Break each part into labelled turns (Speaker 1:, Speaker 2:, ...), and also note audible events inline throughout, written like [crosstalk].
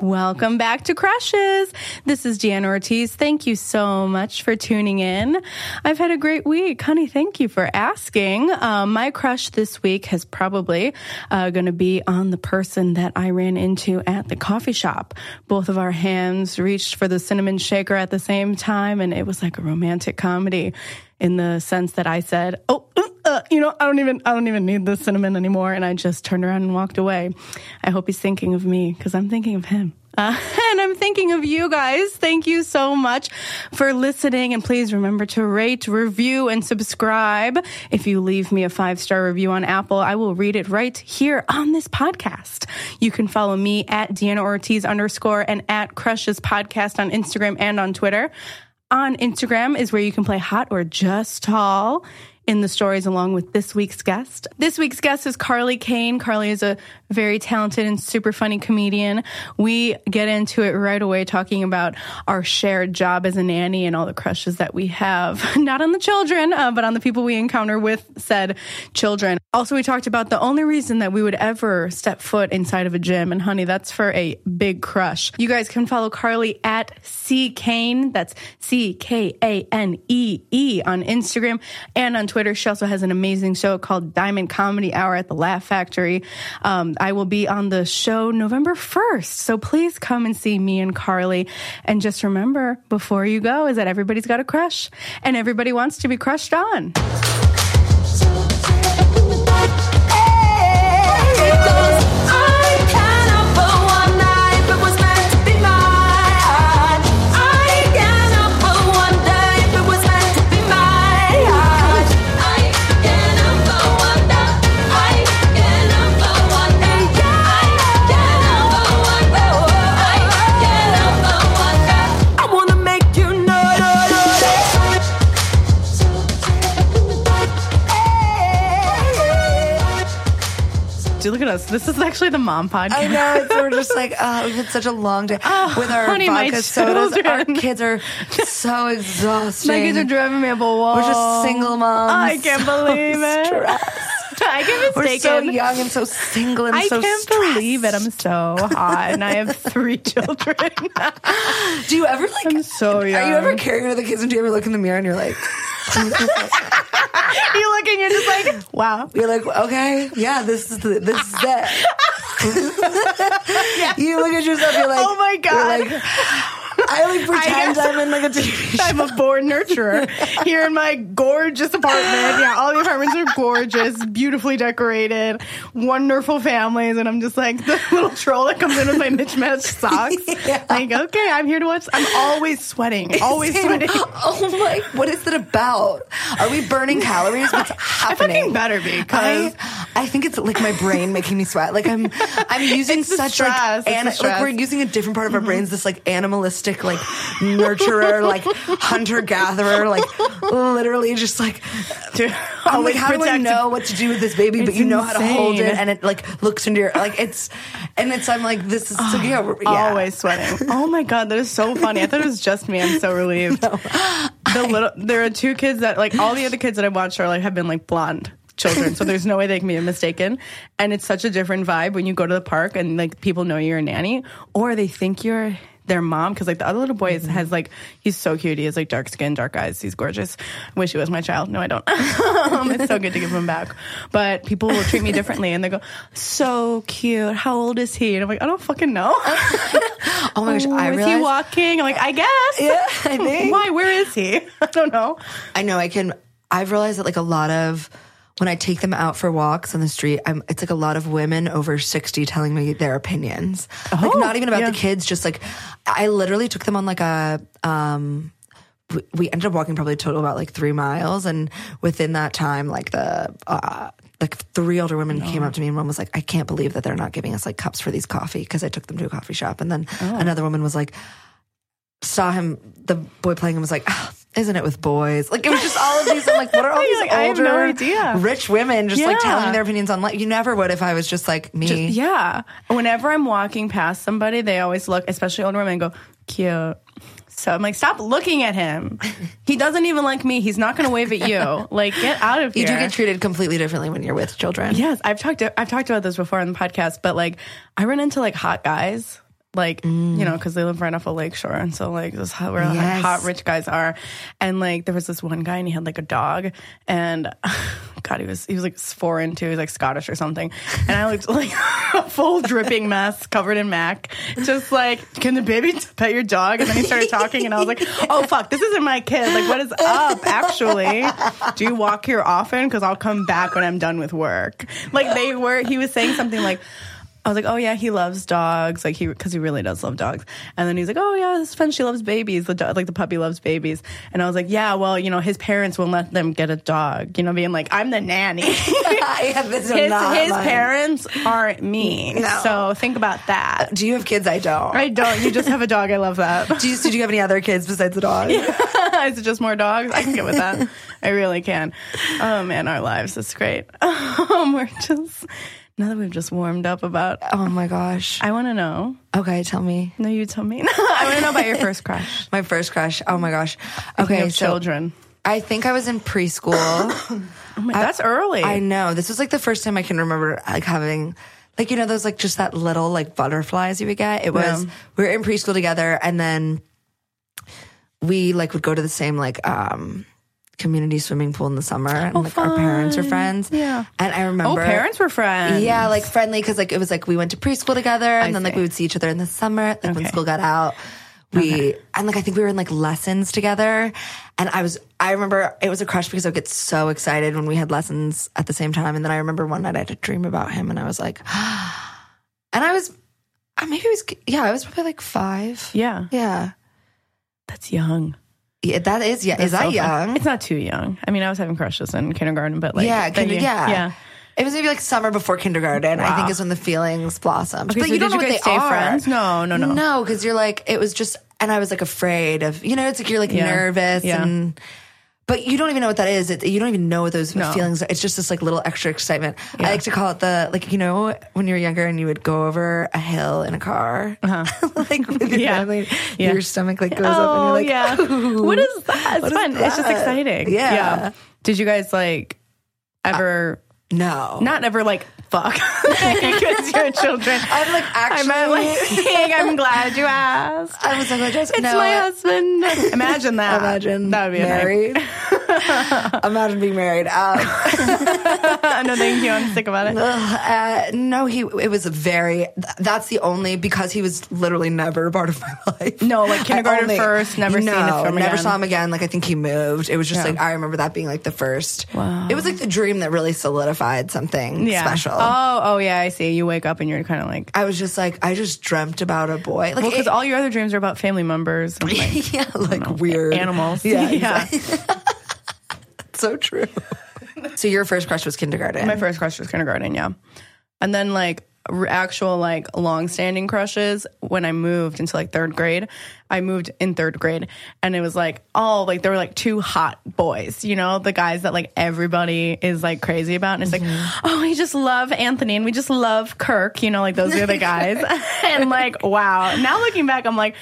Speaker 1: Welcome back to Crushes. This is Jan Ortiz. Thank you so much for tuning in. I've had a great week. Honey, thank you for asking. Um, my crush this week has probably uh, going to be on the person that I ran into at the coffee shop. Both of our hands reached for the cinnamon shaker at the same time, and it was like a romantic comedy in the sense that I said, "Oh, uh, uh, you know, I don't even, I don't even need the cinnamon anymore," and I just turned around and walked away. I hope he's thinking of me because I'm thinking of him. Uh, [laughs] and I'm thinking of you guys. Thank you so much for listening. And please remember to rate, review, and subscribe. If you leave me a five star review on Apple, I will read it right here on this podcast. You can follow me at Deanna Ortiz underscore and at Crushes Podcast on Instagram and on Twitter on Instagram is where you can play hot or just tall in the stories along with this week's guest. This week's guest is Carly Kane. Carly is a very talented and super funny comedian. We get into it right away talking about our shared job as a nanny and all the crushes that we have, [laughs] not on the children, uh, but on the people we encounter with said children. Also, we talked about the only reason that we would ever step foot inside of a gym, and honey, that's for a big crush. You guys can follow Carly at C Kane. That's C K A N E E on Instagram and on Twitter. She also has an amazing show called Diamond Comedy Hour at the Laugh Factory. Um, I will be on the show November 1st. So please come and see me and Carly. And just remember before you go is that everybody's got a crush and everybody wants to be crushed on. Dude, look at us. This is actually the mom podcast.
Speaker 2: I know. It's, we're just like, oh, we've had such a long day with our
Speaker 1: Oh, honey, my
Speaker 2: vodka sodas. Our
Speaker 1: children.
Speaker 2: kids are
Speaker 1: [laughs]
Speaker 2: so exhausting.
Speaker 1: My kids are driving me up a wall.
Speaker 2: We're just single moms.
Speaker 1: I can't
Speaker 2: so
Speaker 1: believe it.
Speaker 2: stressed.
Speaker 1: [laughs] I get
Speaker 2: We're so
Speaker 1: mistaken.
Speaker 2: young and so single and
Speaker 1: I
Speaker 2: so
Speaker 1: can't
Speaker 2: stressed.
Speaker 1: believe it. I'm so hot, and I have three [laughs]
Speaker 2: [laughs]
Speaker 1: children.
Speaker 2: Do you ever like?
Speaker 1: I'm so
Speaker 2: Are you ever
Speaker 1: young.
Speaker 2: caring to the kids? And do you ever look in the mirror and you're like,
Speaker 1: [laughs] you look and you're just like, wow.
Speaker 2: you're like, okay, yeah, this is the, this is it.
Speaker 1: [laughs]
Speaker 2: You look at yourself. You're like,
Speaker 1: Oh my God.
Speaker 2: You're [laughs] like, I like
Speaker 1: [laughs]
Speaker 2: pretend
Speaker 1: guess-
Speaker 2: I'm in like a TV show.
Speaker 1: I'm a born nurturer here in my gorgeous apartment. Yeah, all the apartments are gorgeous, beautifully decorated, wonderful families, and I'm just like [laughs] the little troll that comes in with my
Speaker 2: [laughs]
Speaker 1: mismatched socks. Like, okay, I'm here to watch. I'm always
Speaker 2: [laughs]
Speaker 1: sweating, always [laughs]
Speaker 2: Same.
Speaker 1: sweating.
Speaker 2: Oh my! What is it about? Are we burning calories? What's
Speaker 1: [laughs]
Speaker 2: happening?
Speaker 1: fucking better be, 'cause-
Speaker 2: I, I think it's like my brain making me sweat. Like I'm,
Speaker 1: [laughs]
Speaker 2: I'm using
Speaker 1: It's the
Speaker 2: such
Speaker 1: stress, it's
Speaker 2: like,
Speaker 1: the
Speaker 2: like
Speaker 1: stress. Mm-hmm.
Speaker 2: we're using a different part of our brains. This like animalistic, like
Speaker 1: [laughs]
Speaker 2: nurturer, like hunter gatherer, like literally just like.
Speaker 1: Dude,
Speaker 2: I'm like,
Speaker 1: always
Speaker 2: how
Speaker 1: protective.
Speaker 2: do I know what to do with this baby? But
Speaker 1: It's
Speaker 2: you know how to hold
Speaker 1: insane.
Speaker 2: it, and it like looks into your like it's, and it's. I'm like, this is so, yeah, we're- [laughs] yeah.
Speaker 1: Always sweating. Oh my god, that is so funny. I thought it was just me. I'm so relieved. The little there are two kids that like all the other kids that I watched are like have been like blonde children, so there's no way they can be mistaken. And it's such a different vibe when you go to the park and like people know you're a nanny or they think you're their mom because like the other little boy is, has like he's so cute he has like dark skin dark eyes he's gorgeous wish he was my child no i don't [laughs] um, it's so good to give him back but people will treat me differently and they go so cute how old is he and i'm like i don't fucking know
Speaker 2: Oh my gosh! I
Speaker 1: is
Speaker 2: realized
Speaker 1: he walking? I'm like, I guess.
Speaker 2: Yeah,
Speaker 1: [laughs]
Speaker 2: I think.
Speaker 1: Why? Where is he? [laughs] I don't know.
Speaker 2: I know I can. I've realized that like a lot of when I take them out for walks on the street, I'm, it's like a lot of women over 60 telling me their opinions. like
Speaker 1: Oh,
Speaker 2: not even about
Speaker 1: yeah.
Speaker 2: the kids, just like I literally took them on like a, um, we- we ended up walking probably a total about like three miles. And within that time, like the, uh, like three older women came up to me and one was like, I can't believe that they're not giving us like cups for these coffee because I took them to a coffee shop. And then
Speaker 1: Oh.
Speaker 2: another woman was like, saw him, the boy playing him was like, "Ah, isn't it with boys? Like it was just all of these. I'm like, what are all these
Speaker 1: You're like, [laughs]
Speaker 2: older,
Speaker 1: I have no idea.
Speaker 2: rich women just like
Speaker 1: Yeah.
Speaker 2: telling me their opinions on life? You never would if I was just like me.
Speaker 1: Yeah. Whenever I'm walking past somebody, they always look, especially older women, and go, cute. So I'm like, stop looking at him. He doesn't even like me. He's not going to wave at
Speaker 2: [laughs]
Speaker 1: you. Like, get out of
Speaker 2: you
Speaker 1: here.
Speaker 2: do get treated completely differently when you're [laughs] with children.
Speaker 1: Yes, I've talked I've talked about this before on the podcast, but like I run into like hot guys like
Speaker 2: Mm.
Speaker 1: you know because they live right off a lakeshore and so like this is how where
Speaker 2: Yes.
Speaker 1: hot rich guys are and like there was this one guy and he had like a dog and [laughs] god he was he was like foreign too he was like scottish or something and i looked [laughs] like a full dripping mess covered in mac just like can the baby [laughs] t- pet your dog and then he started talking and i was like oh fuck this isn't my kid like what is up actually do you walk here often because i'll come back when i'm done with work like they were he was saying something like I was like, oh yeah, he loves dogs, like he because he really does love dogs. And then he's like, oh yeah, this is fun. She loves babies, the dog, like the puppy loves babies. And I was like, yeah, well, you know, his parents won't let them get a dog. You know, being like, I'm the [laughs] nanny. his
Speaker 2: yeah, this is
Speaker 1: his
Speaker 2: not mine.
Speaker 1: parents aren't me.
Speaker 2: No.
Speaker 1: So think about that.
Speaker 2: Do you have kids? I don't.
Speaker 1: I don't. You just have a dog. I love that.
Speaker 2: Do you, did you have any other kids besides the
Speaker 1: [laughs]
Speaker 2: dog?
Speaker 1: is it just more dogs? I can get with that. I really can. Oh man, our lives. It's great. [laughs] Um, we're just now that we've just warmed up about.
Speaker 2: Oh my gosh.
Speaker 1: I want to know.
Speaker 2: Okay, tell me.
Speaker 1: No, you tell me. [laughs] I want to know about your first [laughs] crush.
Speaker 2: My first crush. Oh my gosh. Okay,
Speaker 1: Okay,
Speaker 2: so
Speaker 1: children.
Speaker 2: I think I was in [coughs] preschool.
Speaker 1: Oh my, that's early.
Speaker 2: I know. This was like the first time I can remember like having like you know those like just that little like butterflies you would get. It was
Speaker 1: Yeah.
Speaker 2: we were in preschool together and then we like would go to the same like um community swimming pool in the summer and like our parents were friends.
Speaker 1: Yeah.
Speaker 2: And I
Speaker 1: oh,
Speaker 2: remember
Speaker 1: parents were friends.
Speaker 2: Yeah, like friendly because like it was like we went to preschool together, and
Speaker 1: I
Speaker 2: then like
Speaker 1: see.
Speaker 2: we would see each other in the summer, like when
Speaker 1: Okay.
Speaker 2: school got out. We and like I think we were in like lessons together, and I was I remember it was a crush because I would get so excited when we had lessons at the same time, and then I remember one night I had a dream about him, and I was like, [gasps] and I was, I maybe it was yeah, I was probably like five,
Speaker 1: Yeah.
Speaker 2: yeah,
Speaker 1: That's young.
Speaker 2: yeah that is yeah,
Speaker 1: That's
Speaker 2: is that
Speaker 1: so fun.
Speaker 2: young?
Speaker 1: It's not too young. I mean, I was having crushes in kindergarten, but like
Speaker 2: yeah,
Speaker 1: that
Speaker 2: kinder-
Speaker 1: you-
Speaker 2: yeah,
Speaker 1: yeah.
Speaker 2: It was maybe like summer before kindergarten. I think
Speaker 1: Wow.
Speaker 2: is when the feelings blossomed.
Speaker 1: Okay,
Speaker 2: but
Speaker 1: so
Speaker 2: you don't
Speaker 1: did
Speaker 2: know
Speaker 1: you
Speaker 2: what
Speaker 1: guys
Speaker 2: they
Speaker 1: stay
Speaker 2: are.
Speaker 1: friends? No, no, no.
Speaker 2: no, because you're like it was just, and I was like afraid of you know it's like you're like
Speaker 1: Yeah.
Speaker 2: nervous
Speaker 1: Yeah.
Speaker 2: and. But you don't even know what that is. It, you don't even know what those
Speaker 1: No.
Speaker 2: feelings are. It's just this like little extra excitement. I like to call it the like you know when you were younger and you would go over a hill in a car, [laughs] like with your
Speaker 1: Uh-huh. [laughs] Yeah.
Speaker 2: family,
Speaker 1: Yeah.
Speaker 2: your stomach like goes up and
Speaker 1: Oh
Speaker 2: you're like,
Speaker 1: yeah. [laughs] What is that? It's
Speaker 2: is
Speaker 1: fun. It's just
Speaker 2: that?
Speaker 1: exciting.
Speaker 2: Yeah.
Speaker 1: Did you guys like ever?
Speaker 2: no,
Speaker 1: not ever like fuck [laughs] because you're children.
Speaker 2: [laughs] I'm like
Speaker 1: I
Speaker 2: actually,
Speaker 1: meant
Speaker 2: [laughs]
Speaker 1: like saying, [laughs] I'm glad you asked.
Speaker 2: I was like, I just
Speaker 1: It's
Speaker 2: no,
Speaker 1: my
Speaker 2: I-
Speaker 1: husband. [laughs] Imagine that.
Speaker 2: Imagine
Speaker 1: that would be a night. [laughs]
Speaker 2: married. Imagine being married. Um,
Speaker 1: no, thank you. I'm sick about it.
Speaker 2: uh, no, he. It was very. th- That's the only because he was literally never a part of my [laughs] life.
Speaker 1: No, like
Speaker 2: I
Speaker 1: kindergarten first, never seen
Speaker 2: no,
Speaker 1: the film
Speaker 2: never
Speaker 1: again.
Speaker 2: saw him again. Like I think he moved. It was just like I remember that being like the first.
Speaker 1: Wow.
Speaker 2: It was like the dream that really solidified something
Speaker 1: Yeah.
Speaker 2: special.
Speaker 1: Oh, oh yeah, I see. You wake up and you're kind of like,
Speaker 2: I was just like, I just dreamt about a boy. Like
Speaker 1: well, because
Speaker 2: it-
Speaker 1: all your other dreams are about family members, and, like,
Speaker 2: [laughs] yeah, like weird
Speaker 1: animals. [laughs]
Speaker 2: Yeah,
Speaker 1: yeah.
Speaker 2: [laughs] so true. so your first crush was kindergarten.
Speaker 1: My first crush was kindergarten, yeah. And then like r- actual like long-standing crushes when I moved into like 3rd grade. I moved in 3rd grade and it was like all like there were like two hot boys, you know, the guys that like everybody is like crazy about and it's like, "Oh, we just love Anthony and we just love Kirk," you know, like those are the guys. [laughs] and like, wow. Now looking back, I'm like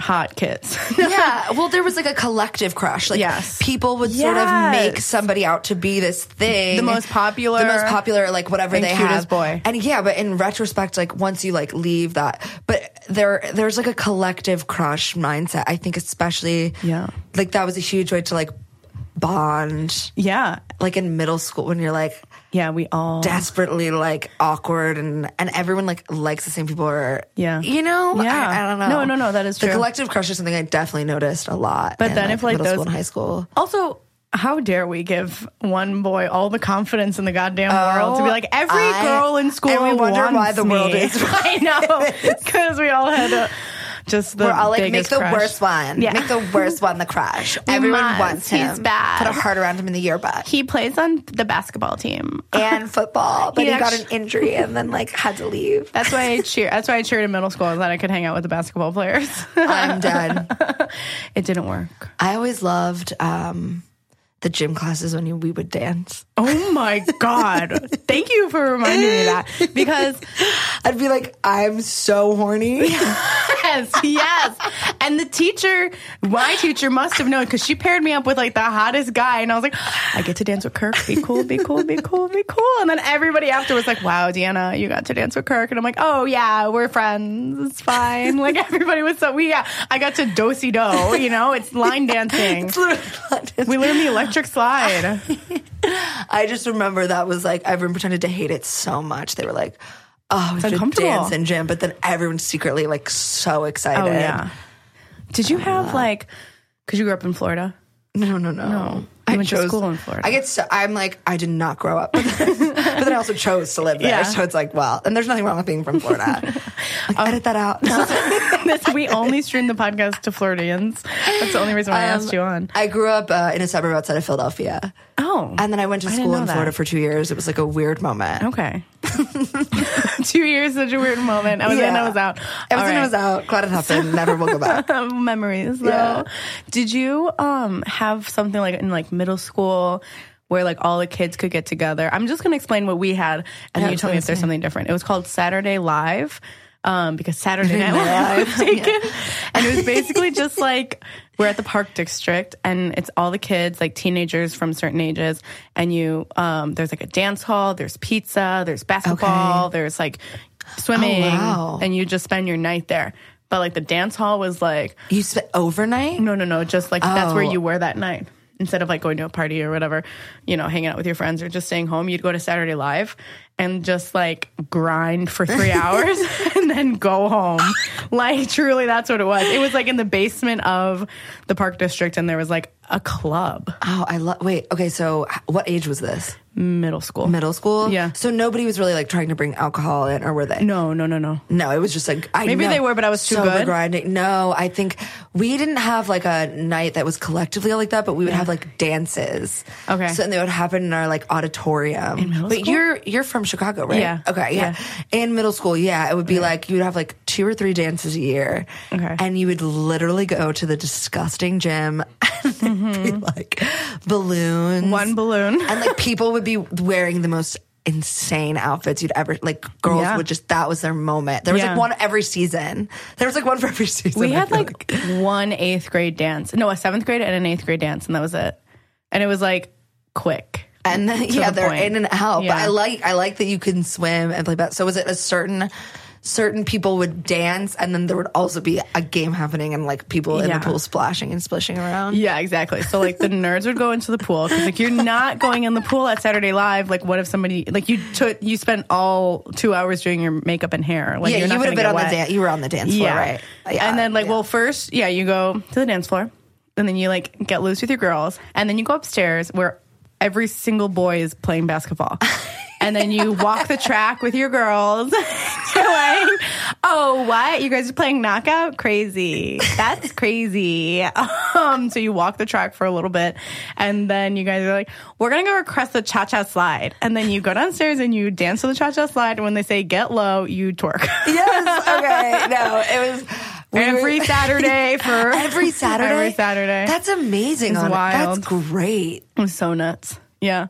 Speaker 1: hot kids. [laughs]
Speaker 2: yeah. Well, there was like a collective crush. Like
Speaker 1: Yes.
Speaker 2: people would sort of make
Speaker 1: Yes.
Speaker 2: somebody out to be this thing.
Speaker 1: The most popular.
Speaker 2: The most popular, like whatever
Speaker 1: And
Speaker 2: they
Speaker 1: cutest
Speaker 2: have.
Speaker 1: boy.
Speaker 2: And yeah, but in retrospect, like once you like leave that, but there there's like a collective crush mindset. I think especially
Speaker 1: Yeah.
Speaker 2: Like that was a huge way to like bond.
Speaker 1: yeah.
Speaker 2: Like in middle school when you're like
Speaker 1: Yeah, we all
Speaker 2: desperately like awkward and and everyone like likes the same people or
Speaker 1: Yeah.
Speaker 2: you know I-
Speaker 1: Yeah.
Speaker 2: I, don't know
Speaker 1: No, no, no, that is
Speaker 2: the
Speaker 1: true.
Speaker 2: collective crush is something I definitely noticed a lot
Speaker 1: But
Speaker 2: in,
Speaker 1: then if, like,
Speaker 2: middle
Speaker 1: those-
Speaker 2: school and high school
Speaker 1: Also, how dare we give one boy all the confidence in the goddamn world to be like every
Speaker 2: Oh, I-
Speaker 1: girl in school?
Speaker 2: and we wonder
Speaker 1: wants
Speaker 2: why the
Speaker 1: me." [laughs]
Speaker 2: world is what
Speaker 1: I know because we all had a, just the
Speaker 2: we're all like make
Speaker 1: biggest
Speaker 2: the
Speaker 1: crush.
Speaker 2: worst one
Speaker 1: Yeah.
Speaker 2: make the worst one
Speaker 1: [laughs]
Speaker 2: the crush everyone
Speaker 1: must.
Speaker 2: wants him
Speaker 1: He's bad.
Speaker 2: put a heart around him in the yearbook
Speaker 1: He plays on the basketball team.
Speaker 2: [laughs] and football but
Speaker 1: He
Speaker 2: he, got
Speaker 1: actu-
Speaker 2: an injury and then like had to leave
Speaker 1: That's why I cheer. That's why I cheered in middle school is that I could hang out with the basketball players. [laughs]
Speaker 2: I'm done
Speaker 1: it didn't work.
Speaker 2: I always loved um the gym classes when you, we would dance.
Speaker 1: Oh my God. [laughs] Thank you for reminding me of that
Speaker 2: [laughs]
Speaker 1: because
Speaker 2: I'd be like, I'm
Speaker 1: [laughs]
Speaker 2: so horny. [laughs]
Speaker 1: yes, yes. And the teacher, my teacher must have known because she paired me up with like the hottest guy. And I was like, I get to dance with Kirk. Be cool, be cool, be cool, be cool. And then everybody after was like, wow, Deanna, you got to dance with Kirk. And I'm like, oh yeah, we're friends. It's fine. Like [laughs] everybody was so, we, yeah, I got to do si do, you know, it's line dancing. We learned the electric slide.
Speaker 2: I just remember that was like everyone pretended to hate it so much. They were like, "Oh, we have to
Speaker 1: uncomfortable.
Speaker 2: dance in gym," but then everyone's secretly like so excited.
Speaker 1: Oh yeah. Did you have like, because you grew up in Florida? [laughs]
Speaker 2: No, no, no.
Speaker 1: You went to school in Florida.
Speaker 2: I get so I'm like I did not grow up, but then, but then I also chose to live there.
Speaker 1: Yeah.
Speaker 2: So it's like, well, and there's nothing wrong with being from
Speaker 1: [laughs]
Speaker 2: Florida. Like, edit that out.
Speaker 1: Oh, That's- we only stream the podcast to Floridians. That's the only reason
Speaker 2: [laughs]
Speaker 1: why [laughs] I
Speaker 2: Um,
Speaker 1: asked you on.
Speaker 2: I grew up uh, in a suburb outside of Philadelphia,
Speaker 1: Oh,
Speaker 2: and then I went to
Speaker 1: didn't
Speaker 2: school
Speaker 1: know
Speaker 2: in
Speaker 1: that.
Speaker 2: Florida for two years. It was like a weird moment.
Speaker 1: okay. [laughs] Two years, such a weird moment. I was in, I was out.
Speaker 2: I was
Speaker 1: All
Speaker 2: in, I
Speaker 1: right.
Speaker 2: was out. Glad it happened. Never will
Speaker 1: [laughs]
Speaker 2: go back.
Speaker 1: Memories though.
Speaker 2: Yeah.
Speaker 1: Did you um have something like in like middle school where like all the kids could get together? I'm just gonna explain what we had, and then you tell me if there's something different. It was called Saturday Live. Um, because Saturday Night [laughs] Live was taken, and it was basically just like we're at the Park District, and it's all the kids, like teenagers from certain ages, and you, um, there's like a dance hall, there's pizza, there's basketball, there's like swimming,
Speaker 2: Oh, wow.
Speaker 1: and you just spend your night there. But like the dance hall was like
Speaker 2: You spent overnight.
Speaker 1: no, no, no. Just like that's where
Speaker 2: Oh.
Speaker 1: you were that night. Instead of like going to a party or whatever, you know, hanging out with your friends or just staying home, you'd go to Saturday Live and just like grind for
Speaker 2: [laughs]
Speaker 1: three hours and then go home. Like, truly, that's what it was. It was like in the basement of the park district, and there was like a club,
Speaker 2: Oh, I love. Wait, okay. So, h- what age was this?
Speaker 1: middle school.
Speaker 2: Middle school.
Speaker 1: Yeah.
Speaker 2: So nobody was really like trying to bring alcohol in, or were they?
Speaker 1: No, no, no, no.
Speaker 2: No, it was just like I
Speaker 1: Maybe
Speaker 2: know-
Speaker 1: they were, but I was too
Speaker 2: sober
Speaker 1: good?
Speaker 2: grinding. No, I think we didn't have like a night that was collectively like that, but we would have like dances.
Speaker 1: Okay.
Speaker 2: so and they would happen in our like auditorium.
Speaker 1: middle
Speaker 2: but
Speaker 1: school?
Speaker 2: you're you're from Chicago, right?
Speaker 1: Yeah.
Speaker 2: Okay, yeah. In middle school, yeah, it would be like you would have like two or three dances a year,
Speaker 1: Okay.
Speaker 2: and you would literally go to the disgusting gym [laughs] and it'd be like balloons,
Speaker 1: Mm-hmm. One balloon.
Speaker 2: and like people would be wearing the most insane outfits you'd ever like girls
Speaker 1: Yeah.
Speaker 2: would just that was their moment there was
Speaker 1: Yeah.
Speaker 2: like one every season there was like one for every season
Speaker 1: We
Speaker 2: I
Speaker 1: had
Speaker 2: feel
Speaker 1: like [laughs] one eighth grade dance, no, a seventh grade and an eighth grade dance, and that was it. And it was like quick.
Speaker 2: and then yeah
Speaker 1: the
Speaker 2: they're
Speaker 1: point.
Speaker 2: in and out
Speaker 1: Yeah.
Speaker 2: but i like i like that you can swim and play bat so was it a certain certain people would dance and then there would also be a game happening and like people in
Speaker 1: Yeah.
Speaker 2: the pool splashing and splishing around
Speaker 1: Yeah, exactly. So like [laughs] the nerds would go into the pool because like you're not going in the pool at Saturday Live. Like, what if somebody like you took you spent all two hours doing your makeup and hair? Like,
Speaker 2: yeah
Speaker 1: you're
Speaker 2: you
Speaker 1: not
Speaker 2: would
Speaker 1: gonna
Speaker 2: have been
Speaker 1: get
Speaker 2: on
Speaker 1: wet.
Speaker 2: the dance you were on the dance floor right Yeah,
Speaker 1: and then like,
Speaker 2: yeah. [laughs]
Speaker 1: well, first, yeah, you go to the dance floor, and then you like get loose with your girls, and then you go upstairs where every single boy is playing
Speaker 2: [laughs]
Speaker 1: basketball. And then you walk the track with your girls. [laughs] You're like, oh, what? You guys are playing knockout? Crazy. That's crazy. [laughs] Um, so you walk the track for a little bit. And then you guys are like, we're going to go across the cha cha slide. And then you go downstairs and you dance to the cha cha slide. And when they say get low, you twerk. [laughs]
Speaker 2: yes okay no it was we were-
Speaker 1: every
Speaker 2: [laughs]
Speaker 1: Saturday for
Speaker 2: Every
Speaker 1: [laughs]
Speaker 2: Saturday.
Speaker 1: Every Saturday.
Speaker 2: That's amazing.
Speaker 1: It's
Speaker 2: Anna.
Speaker 1: wild.
Speaker 2: That's great.
Speaker 1: I'm so nuts. Yeah.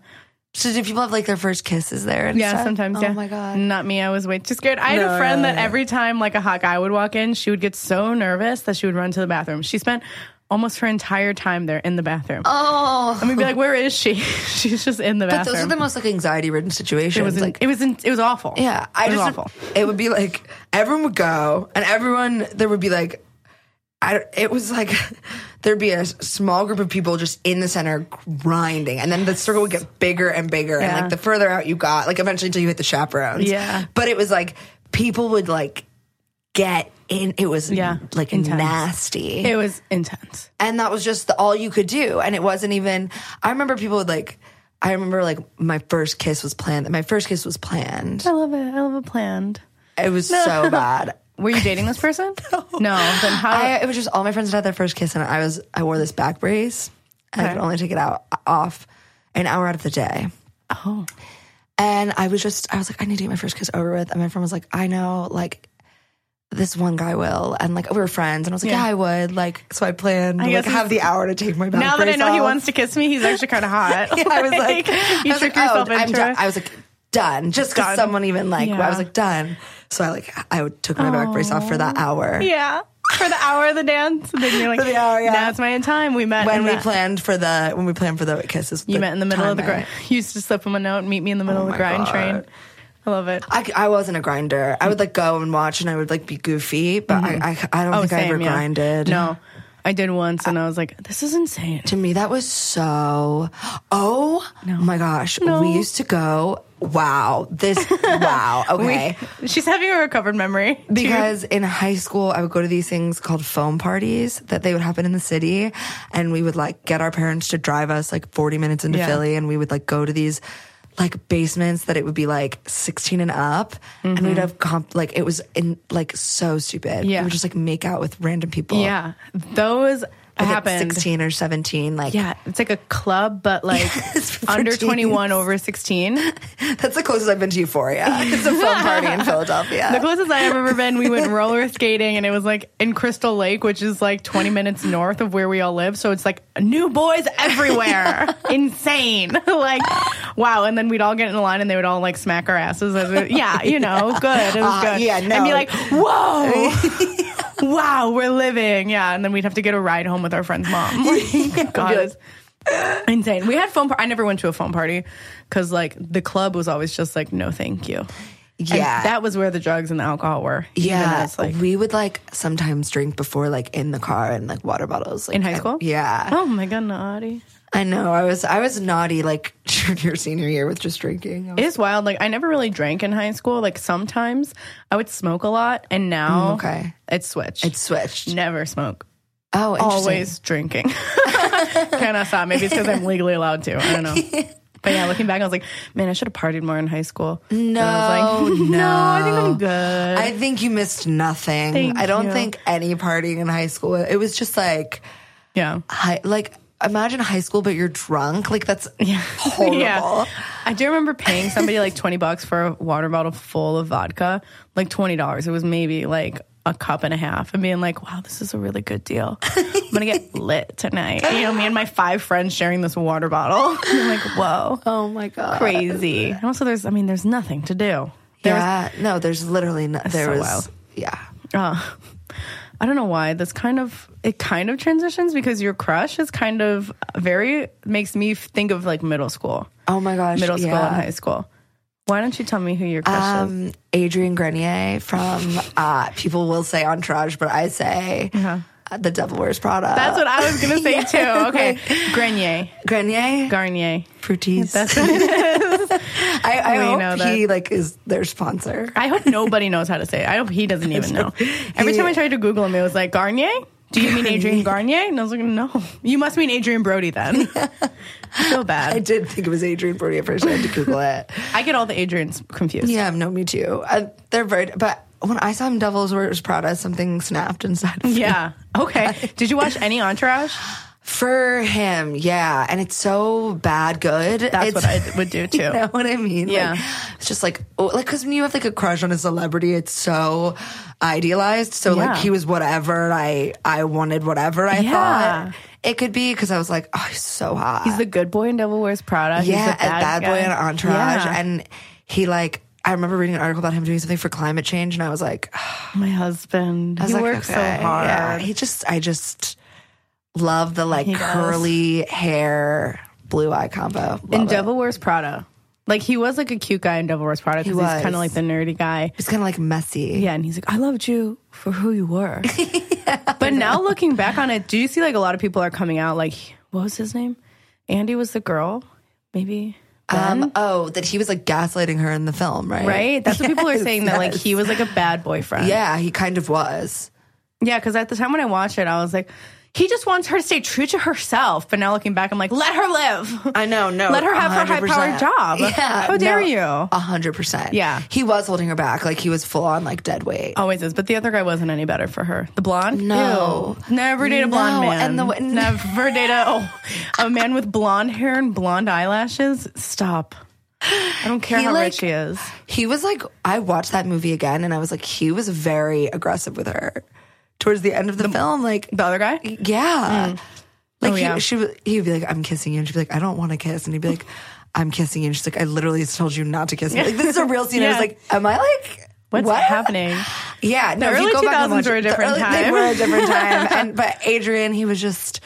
Speaker 2: So do people have like their first kisses there? And
Speaker 1: Yeah,
Speaker 2: stuff?
Speaker 1: sometimes.
Speaker 2: Oh
Speaker 1: yeah.
Speaker 2: my god.
Speaker 1: Not me. I was way too scared. I had a
Speaker 2: No,
Speaker 1: friend
Speaker 2: no,
Speaker 1: that every time like a hot guy would walk in, she would get so nervous that she would run to the bathroom. She spent almost her entire time there in the bathroom.
Speaker 2: Oh,
Speaker 1: And we'd be like, "Where is she? [laughs] She's just in the
Speaker 2: but
Speaker 1: bathroom."
Speaker 2: those are the most like anxiety-ridden situations.
Speaker 1: it was in-
Speaker 2: like.
Speaker 1: it was in- it was awful.
Speaker 2: yeah, I
Speaker 1: it was
Speaker 2: just
Speaker 1: awful.
Speaker 2: it would be like everyone would go, and everyone there would be like, I don't- it was like [laughs] there'd be a s- small group of people just in the center grinding, and then the circle would get bigger and bigger, and
Speaker 1: Yeah.
Speaker 2: like the further out you got, like eventually until you hit the chaperones.
Speaker 1: Yeah.
Speaker 2: but it was like people would like get in. It was
Speaker 1: Yeah,
Speaker 2: like
Speaker 1: intense.
Speaker 2: nasty.
Speaker 1: It was intense.
Speaker 2: and that was just the, all you could do and it wasn't even i remember people would like i remember like my first kiss was planned my first kiss was planned
Speaker 1: I love it. I love it planned.
Speaker 2: it
Speaker 1: [laughs]
Speaker 2: was so bad
Speaker 1: Were you dating this
Speaker 2: [laughs]
Speaker 1: person? no. Then how?
Speaker 2: I, it was just all my friends had their first kiss and i was i wore this back brace and i could only take it out off an hour out of the day
Speaker 1: oh.
Speaker 2: and i was just i was like i need to get my first kiss over with and my friend was like i know like this one guy will, and like we were friends, and I was like, yeah,
Speaker 1: Yeah.
Speaker 2: I would. Like, so I planned to, like
Speaker 1: guess
Speaker 2: have the hour to take my back.
Speaker 1: Now that I know he
Speaker 2: brace off.
Speaker 1: wants to kiss me, he's actually kind of hot.
Speaker 2: [laughs]
Speaker 1: [laughs]
Speaker 2: I was like, I
Speaker 1: you
Speaker 2: was
Speaker 1: trick
Speaker 2: like, oh,
Speaker 1: yourself
Speaker 2: I'm
Speaker 1: into
Speaker 2: done.
Speaker 1: it.
Speaker 2: I was like, done. Just because
Speaker 1: Done.
Speaker 2: someone even like, I
Speaker 1: Yeah.
Speaker 2: was like, done. So I like, I took my back brace off for that hour.
Speaker 1: yeah, for the hour of the dance. And then you're like,
Speaker 2: For the hour, yeah.
Speaker 1: now it's my time. We met
Speaker 2: When
Speaker 1: in
Speaker 2: we
Speaker 1: that-
Speaker 2: planned for the when we planned for the kisses,
Speaker 1: [laughs] You met in the middle of the grind.
Speaker 2: timing.
Speaker 1: You used to slip him a note and meet me in the middle of the
Speaker 2: my
Speaker 1: grind
Speaker 2: God.
Speaker 1: train. I love it.
Speaker 2: I, I wasn't a grinder. I would like go and watch, and I would like be goofy, but I, I I don't think I ever
Speaker 1: Mm-hmm. Oh, yeah.
Speaker 2: grinded. Uh,
Speaker 1: No, I did once, and I was like, this is insane.
Speaker 2: To me, that was so. Oh my gosh, we used to go. Wow, this.
Speaker 1: [laughs]
Speaker 2: wow. Okay.
Speaker 1: She's having a recovered memory.
Speaker 2: Because in high school, I would go to these things called foam parties that they would happen in the city, and we would like get our parents to drive us like 40 minutes into
Speaker 1: Yeah.
Speaker 2: Philly, and we would like go to these like basements that it would be like 16 and up, and we'd have comp like it was in like so stupid.
Speaker 1: Mm-hmm. Yeah.
Speaker 2: we would just like make out with random people.
Speaker 1: yeah, those
Speaker 2: Like, at
Speaker 1: happened.
Speaker 2: 16 or 17. Like
Speaker 1: Yeah, it's like a club, but
Speaker 2: [laughs]
Speaker 1: like
Speaker 2: for
Speaker 1: under
Speaker 2: teens.
Speaker 1: 21, over 16.
Speaker 2: [laughs] that's the closest I've been
Speaker 1: [laughs]
Speaker 2: to Euphoria. It's a foam party in Philadelphia.
Speaker 1: The closest I've ever been, we went roller skating and it was like in Crystal Lake, which is like 20 minutes north of where we all live. So it's like new boys
Speaker 2: [laughs]
Speaker 1: everywhere. Insane. [laughs] like, wow. And then we'd all get in the line and they would all like smack our asses. As we, yeah, you know,
Speaker 2: [laughs]
Speaker 1: good. It was
Speaker 2: Uh,
Speaker 1: good.
Speaker 2: yeah,
Speaker 1: And be
Speaker 2: no.
Speaker 1: like,
Speaker 2: [laughs]
Speaker 1: whoa. wow, we're living. Yeah. And then we'd have to get a ride home with our friend's mom. [laughs]
Speaker 2: [laughs]
Speaker 1: Like, God,
Speaker 2: like-
Speaker 1: it's- Insane. We had phone. Par- I never went to a phone party because like the club was always just like no, thank you. And
Speaker 2: Yeah.
Speaker 1: that was where the drugs and the alcohol were. even
Speaker 2: Yeah,
Speaker 1: as, like
Speaker 2: we would like sometimes drink before, like in the car, and like water bottles. Like,
Speaker 1: in high
Speaker 2: I-
Speaker 1: school.
Speaker 2: yeah,
Speaker 1: Oh my god, naughty.
Speaker 2: I know. I was I was naughty like [laughs] junior senior year with just drinking. I was-
Speaker 1: It is wild. Like I never really drank in high school. Like sometimes I would smoke a lot, and now
Speaker 2: Mm, okay.
Speaker 1: it's switched.
Speaker 2: It switched.
Speaker 1: never smoke.
Speaker 2: Oh, interesting.
Speaker 1: Always drinking. [laughs] Cannot stop. Maybe it's because I'm legally allowed to. I don't
Speaker 2: [laughs]
Speaker 1: know. But yeah, looking back, I was like, man, I should have partied more in high school. And I was like,
Speaker 2: No,
Speaker 1: [laughs] no, I think I'm good.
Speaker 2: I think you missed nothing.
Speaker 1: Thank
Speaker 2: I don't
Speaker 1: you.
Speaker 2: think any partying in high school. It was just like
Speaker 1: yeah.
Speaker 2: high, like imagine high school, but you're drunk.
Speaker 1: [laughs]
Speaker 2: Like that's horrible.
Speaker 1: Yeah. I do remember paying somebody
Speaker 2: [laughs]
Speaker 1: like 20 bucks for a water bottle full of vodka, like $20. It was maybe like a cup and a half and being like, wow, this is a really good deal. I'm going to
Speaker 2: [laughs]
Speaker 1: get lit tonight. You know, me and my five friends sharing this water bottle. [laughs] And I'm like, whoa,
Speaker 2: [laughs] Oh my god.
Speaker 1: crazy. And also there's, I mean, there's nothing to do. There was-
Speaker 2: Yeah. no, there's literally no, there
Speaker 1: so
Speaker 2: was.
Speaker 1: wild.
Speaker 2: Yeah.
Speaker 1: uh, I don't know why this kind of it kind of transitions because your crush is kind of very makes me think of like middle school,
Speaker 2: Oh my gosh.
Speaker 1: middle school
Speaker 2: yeah.
Speaker 1: and high school. Why don't you tell me who your crush is?
Speaker 2: Um, Adrian Grenier from uh, people will say Entourage, but I say uh, the Devil Wears Prada.
Speaker 1: Uh-huh. That's what I was gonna [laughs] say too. Okay, Grenier,
Speaker 2: Grenier
Speaker 1: Garnier.
Speaker 2: Fruities. [laughs]
Speaker 1: That's what it is.
Speaker 2: I, I
Speaker 1: We
Speaker 2: hope
Speaker 1: know that.
Speaker 2: he like is their sponsor.
Speaker 1: I hope nobody knows how to say it. I hope he doesn't even
Speaker 2: [laughs]
Speaker 1: know. Every time I tried to Google him, it was like Garnier. Do you mean Adrian
Speaker 2: [laughs]
Speaker 1: Garnier? And I was like, no. You must mean Adrian Brody then. I feel
Speaker 2: I
Speaker 1: bad.
Speaker 2: did think it was Adrian Brody at first. I had to
Speaker 1: [laughs]
Speaker 2: Google it.
Speaker 1: I get all the Adrians confused.
Speaker 2: Yeah, no, me too. Uh, they're very, but when I saw him Devil Wears Prada, something snapped inside of me.
Speaker 1: Yeah.
Speaker 2: [laughs]
Speaker 1: Okay. Did you watch any Entourage?
Speaker 2: For him, yeah. And it's so bad good.
Speaker 1: That's
Speaker 2: it's,
Speaker 1: what I would
Speaker 2: [laughs]
Speaker 1: do too.
Speaker 2: You know what I mean? Like,
Speaker 1: Yeah.
Speaker 2: it's just like, oh, like, cause when you have like a crush on a celebrity, it's so idealized. So
Speaker 1: Yeah.
Speaker 2: like he was whatever I, I wanted whatever I
Speaker 1: Yeah.
Speaker 2: thought it could be. Cause I was like, oh, he's so hot.
Speaker 1: He's the good boy in Devil Wears Prada. He's
Speaker 2: yeah.
Speaker 1: the bad,
Speaker 2: a bad boy
Speaker 1: guy.
Speaker 2: in entourage.
Speaker 1: Yeah.
Speaker 2: And he like, I remember reading an article about him doing something for climate change. And I was like,
Speaker 1: my husband.
Speaker 2: I was
Speaker 1: he
Speaker 2: like,
Speaker 1: works
Speaker 2: okay,
Speaker 1: so hard.
Speaker 2: Yeah. He just, I just love the like
Speaker 1: He does.
Speaker 2: curly hair, blue eye combo. Love
Speaker 1: in
Speaker 2: it.
Speaker 1: Devil Wears Prada, like he was like a cute guy in Devil Wears Prada because he's
Speaker 2: was.
Speaker 1: kind of like the nerdy guy.
Speaker 2: It's kind of like messy.
Speaker 1: Yeah, and he's like, I loved you for who you
Speaker 2: [laughs]
Speaker 1: were. but now looking back on it, do you see like a lot of people are coming out like, what was his name? Andy was the girl, maybe.
Speaker 2: Um, oh, that he was like gaslighting her in the film, right?
Speaker 1: Right? That's what people are
Speaker 2: Yes,
Speaker 1: saying that like
Speaker 2: yes.
Speaker 1: he was like a bad boyfriend.
Speaker 2: Yeah, he kind of was.
Speaker 1: Yeah, because at the time when I watched it, I was like, he just wants her to stay true to herself. But now looking back, I'm like, let her live.
Speaker 2: I know. No,
Speaker 1: Let her have her high-powered job.
Speaker 2: [laughs] Yeah,
Speaker 1: How dare you.
Speaker 2: A hundred percent.
Speaker 1: Yeah.
Speaker 2: he was holding her back. Like he was full on like dead weight.
Speaker 1: Always is. But the other guy wasn't any better for her. The blonde?
Speaker 2: No.
Speaker 1: Ew. Never date a blonde
Speaker 2: No,
Speaker 1: man.
Speaker 2: and the wa-
Speaker 1: [laughs] Never date a, oh, a man with blonde hair and blonde eyelashes. Stop. I don't care
Speaker 2: He,
Speaker 1: how
Speaker 2: like-
Speaker 1: rich he is.
Speaker 2: He was like, I watched that movie again and I was like, he was very aggressive with her towards the end of the, film. Like,
Speaker 1: The other guy?
Speaker 2: yeah. Like,
Speaker 1: Oh,
Speaker 2: he,
Speaker 1: yeah.
Speaker 2: she, w- he'd be like, I'm kissing you. And she'd be like, I don't want to kiss. And he'd be like, I'm kissing you. And she's like, I literally just told you not to kiss me. Like, this is a real scene. I
Speaker 1: [laughs]
Speaker 2: was
Speaker 1: Yeah.
Speaker 2: like, am I like,
Speaker 1: What's
Speaker 2: what?
Speaker 1: happening?
Speaker 2: Yeah, no, if
Speaker 1: early
Speaker 2: you go back and
Speaker 1: 2000s
Speaker 2: watch
Speaker 1: were a
Speaker 2: it, the
Speaker 1: different
Speaker 2: early- They
Speaker 1: time. [laughs]
Speaker 2: were a different time. and but Adrian, he was just,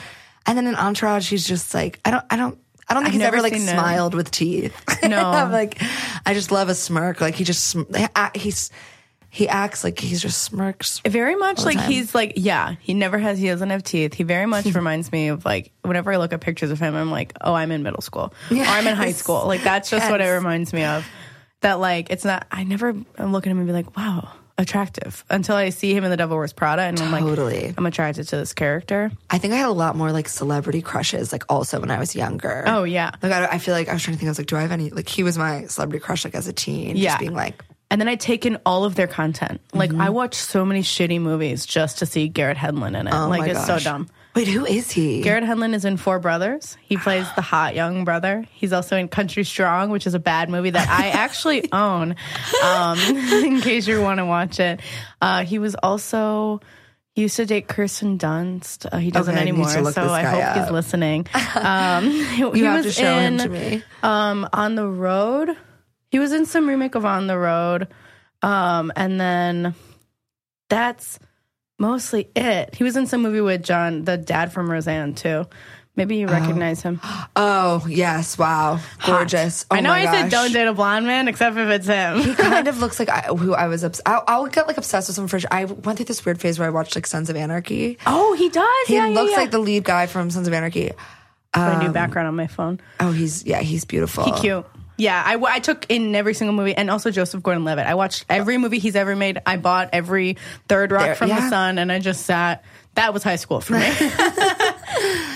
Speaker 2: and then in Entourage, he's just like, I don't, I don't, I don't think
Speaker 1: I've
Speaker 2: he's ever
Speaker 1: never
Speaker 2: like
Speaker 1: seen him.
Speaker 2: smiled with teeth. [laughs]
Speaker 1: No.
Speaker 2: I'm like, I just love a smirk. Like he just, sm- he act- he's, he acts like he's just smirks.
Speaker 1: Very much like
Speaker 2: time.
Speaker 1: he's like, yeah, he never has, he doesn't have teeth. He very
Speaker 2: [laughs]
Speaker 1: much reminds me of like, whenever I look at pictures of him, I'm like, oh, I'm in middle school or I'm in high
Speaker 2: Yes.
Speaker 1: school. Like, that's just what it
Speaker 2: Yes.
Speaker 1: reminds me of. That like, it's not, I never I'm looking at him and be like, wow, attractive until I see him in The Devil Wears Prada and I'm like,
Speaker 2: Totally.
Speaker 1: I'm attracted to this character.
Speaker 2: I think I had a lot more like celebrity crushes, like also when I was younger.
Speaker 1: Oh, yeah.
Speaker 2: Like I, I feel like I was trying to think. I was like, do I have any? Like he was my celebrity crush, like as a teen.
Speaker 1: Yeah.
Speaker 2: just being like,
Speaker 1: And then I take in all of their content. Like
Speaker 2: Mm-hmm.
Speaker 1: I watch so many shitty movies just to see Garrett Hedlund in it.
Speaker 2: oh
Speaker 1: like
Speaker 2: my
Speaker 1: it's
Speaker 2: gosh.
Speaker 1: so dumb.
Speaker 2: Wait, who is he?
Speaker 1: Garrett Hedlund is in Four Brothers. He plays
Speaker 2: [gasps]
Speaker 1: the hot young brother. He's also in Country Strong, which is a bad movie that I
Speaker 2: [laughs]
Speaker 1: actually own. Um, [laughs] in case you want to watch it, uh, he was also he used to date Kirsten Dunst. Uh, he doesn't
Speaker 2: Okay, I need to
Speaker 1: anymore,
Speaker 2: look
Speaker 1: so
Speaker 2: this
Speaker 1: I
Speaker 2: guy
Speaker 1: hope
Speaker 2: up.
Speaker 1: he's listening.
Speaker 2: [laughs]
Speaker 1: Um, [laughs] he
Speaker 2: You have to
Speaker 1: was
Speaker 2: show him
Speaker 1: in,
Speaker 2: to me.
Speaker 1: um, on the road. He was in some remake of On the Road, um, and then that's mostly it. He was in some movie with John, the dad from Roseanne, too. Maybe you recognize him.
Speaker 2: Oh yes! Wow, [gasps] gorgeous. Oh
Speaker 1: I know
Speaker 2: my
Speaker 1: I said
Speaker 2: gosh.
Speaker 1: don't date a blonde man, except if it's him.
Speaker 2: kind of looks like I, who I was. Obs- I, I'll get like obsessed with some fridge. I went through this weird phase where I watched like Sons of Anarchy.
Speaker 1: Oh, he does.
Speaker 2: He
Speaker 1: yeah, yeah,
Speaker 2: looks
Speaker 1: yeah.
Speaker 2: like the Um, lead guy from Sons of Anarchy.
Speaker 1: my new background on my phone.
Speaker 2: Oh, he's yeah, he's beautiful.
Speaker 1: He cute. Yeah, I, I took in every single movie and also Joseph Gordon Levitt. I watched every movie he's ever made. I bought every Third Rock
Speaker 2: There-
Speaker 1: from the
Speaker 2: yeah.
Speaker 1: Sun and I just sat. That was high school for me. [laughs]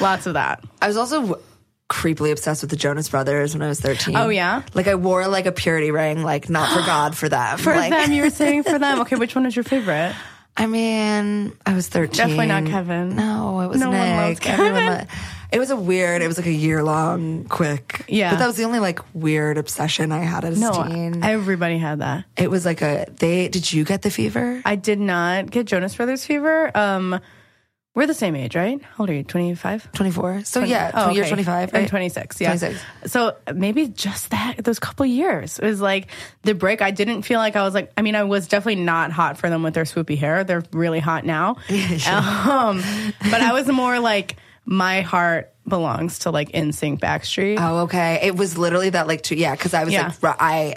Speaker 1: Lots of that.
Speaker 2: I was also w- creepily obsessed with the Jonas Brothers when I was thirteen.
Speaker 1: Oh, yeah?
Speaker 2: like I wore like a purity ring, like not
Speaker 1: [gasps]
Speaker 2: for God, for them.
Speaker 1: For
Speaker 2: like,
Speaker 1: them, you were saying for them. Okay, which one is your
Speaker 2: [laughs]
Speaker 1: favorite?
Speaker 2: I mean, I was thirteen.
Speaker 1: Definitely not Kevin.
Speaker 2: No, it was
Speaker 1: No
Speaker 2: Nick.
Speaker 1: one loves
Speaker 2: Everyone
Speaker 1: Kevin.
Speaker 2: lo- it was a weird. It was like a year long, quick.
Speaker 1: Yeah.
Speaker 2: but that was the only like weird obsession I had as
Speaker 1: No,
Speaker 2: a teen.
Speaker 1: everybody had that.
Speaker 2: It was like a they did you get the fever?
Speaker 1: I did not get Jonas Brothers fever. Um, we're the same age, right? How old are you? Twenty five.
Speaker 2: 24. So
Speaker 1: Oh,
Speaker 2: yeah, tw- you're 25,
Speaker 1: I'm
Speaker 2: right?
Speaker 1: 26. Yeah.
Speaker 2: 26.
Speaker 1: So uh, maybe just that those couple years it was like the break. I didn't feel like I was like. I mean, I was definitely not hot for them with their swoopy hair. They're really hot
Speaker 2: [laughs]
Speaker 1: now. um, but I was more like my heart belongs to like NSYNC Backstreet.
Speaker 2: Oh, okay. It was literally that like two yeah, cuz I was
Speaker 1: Yeah.
Speaker 2: like ru- I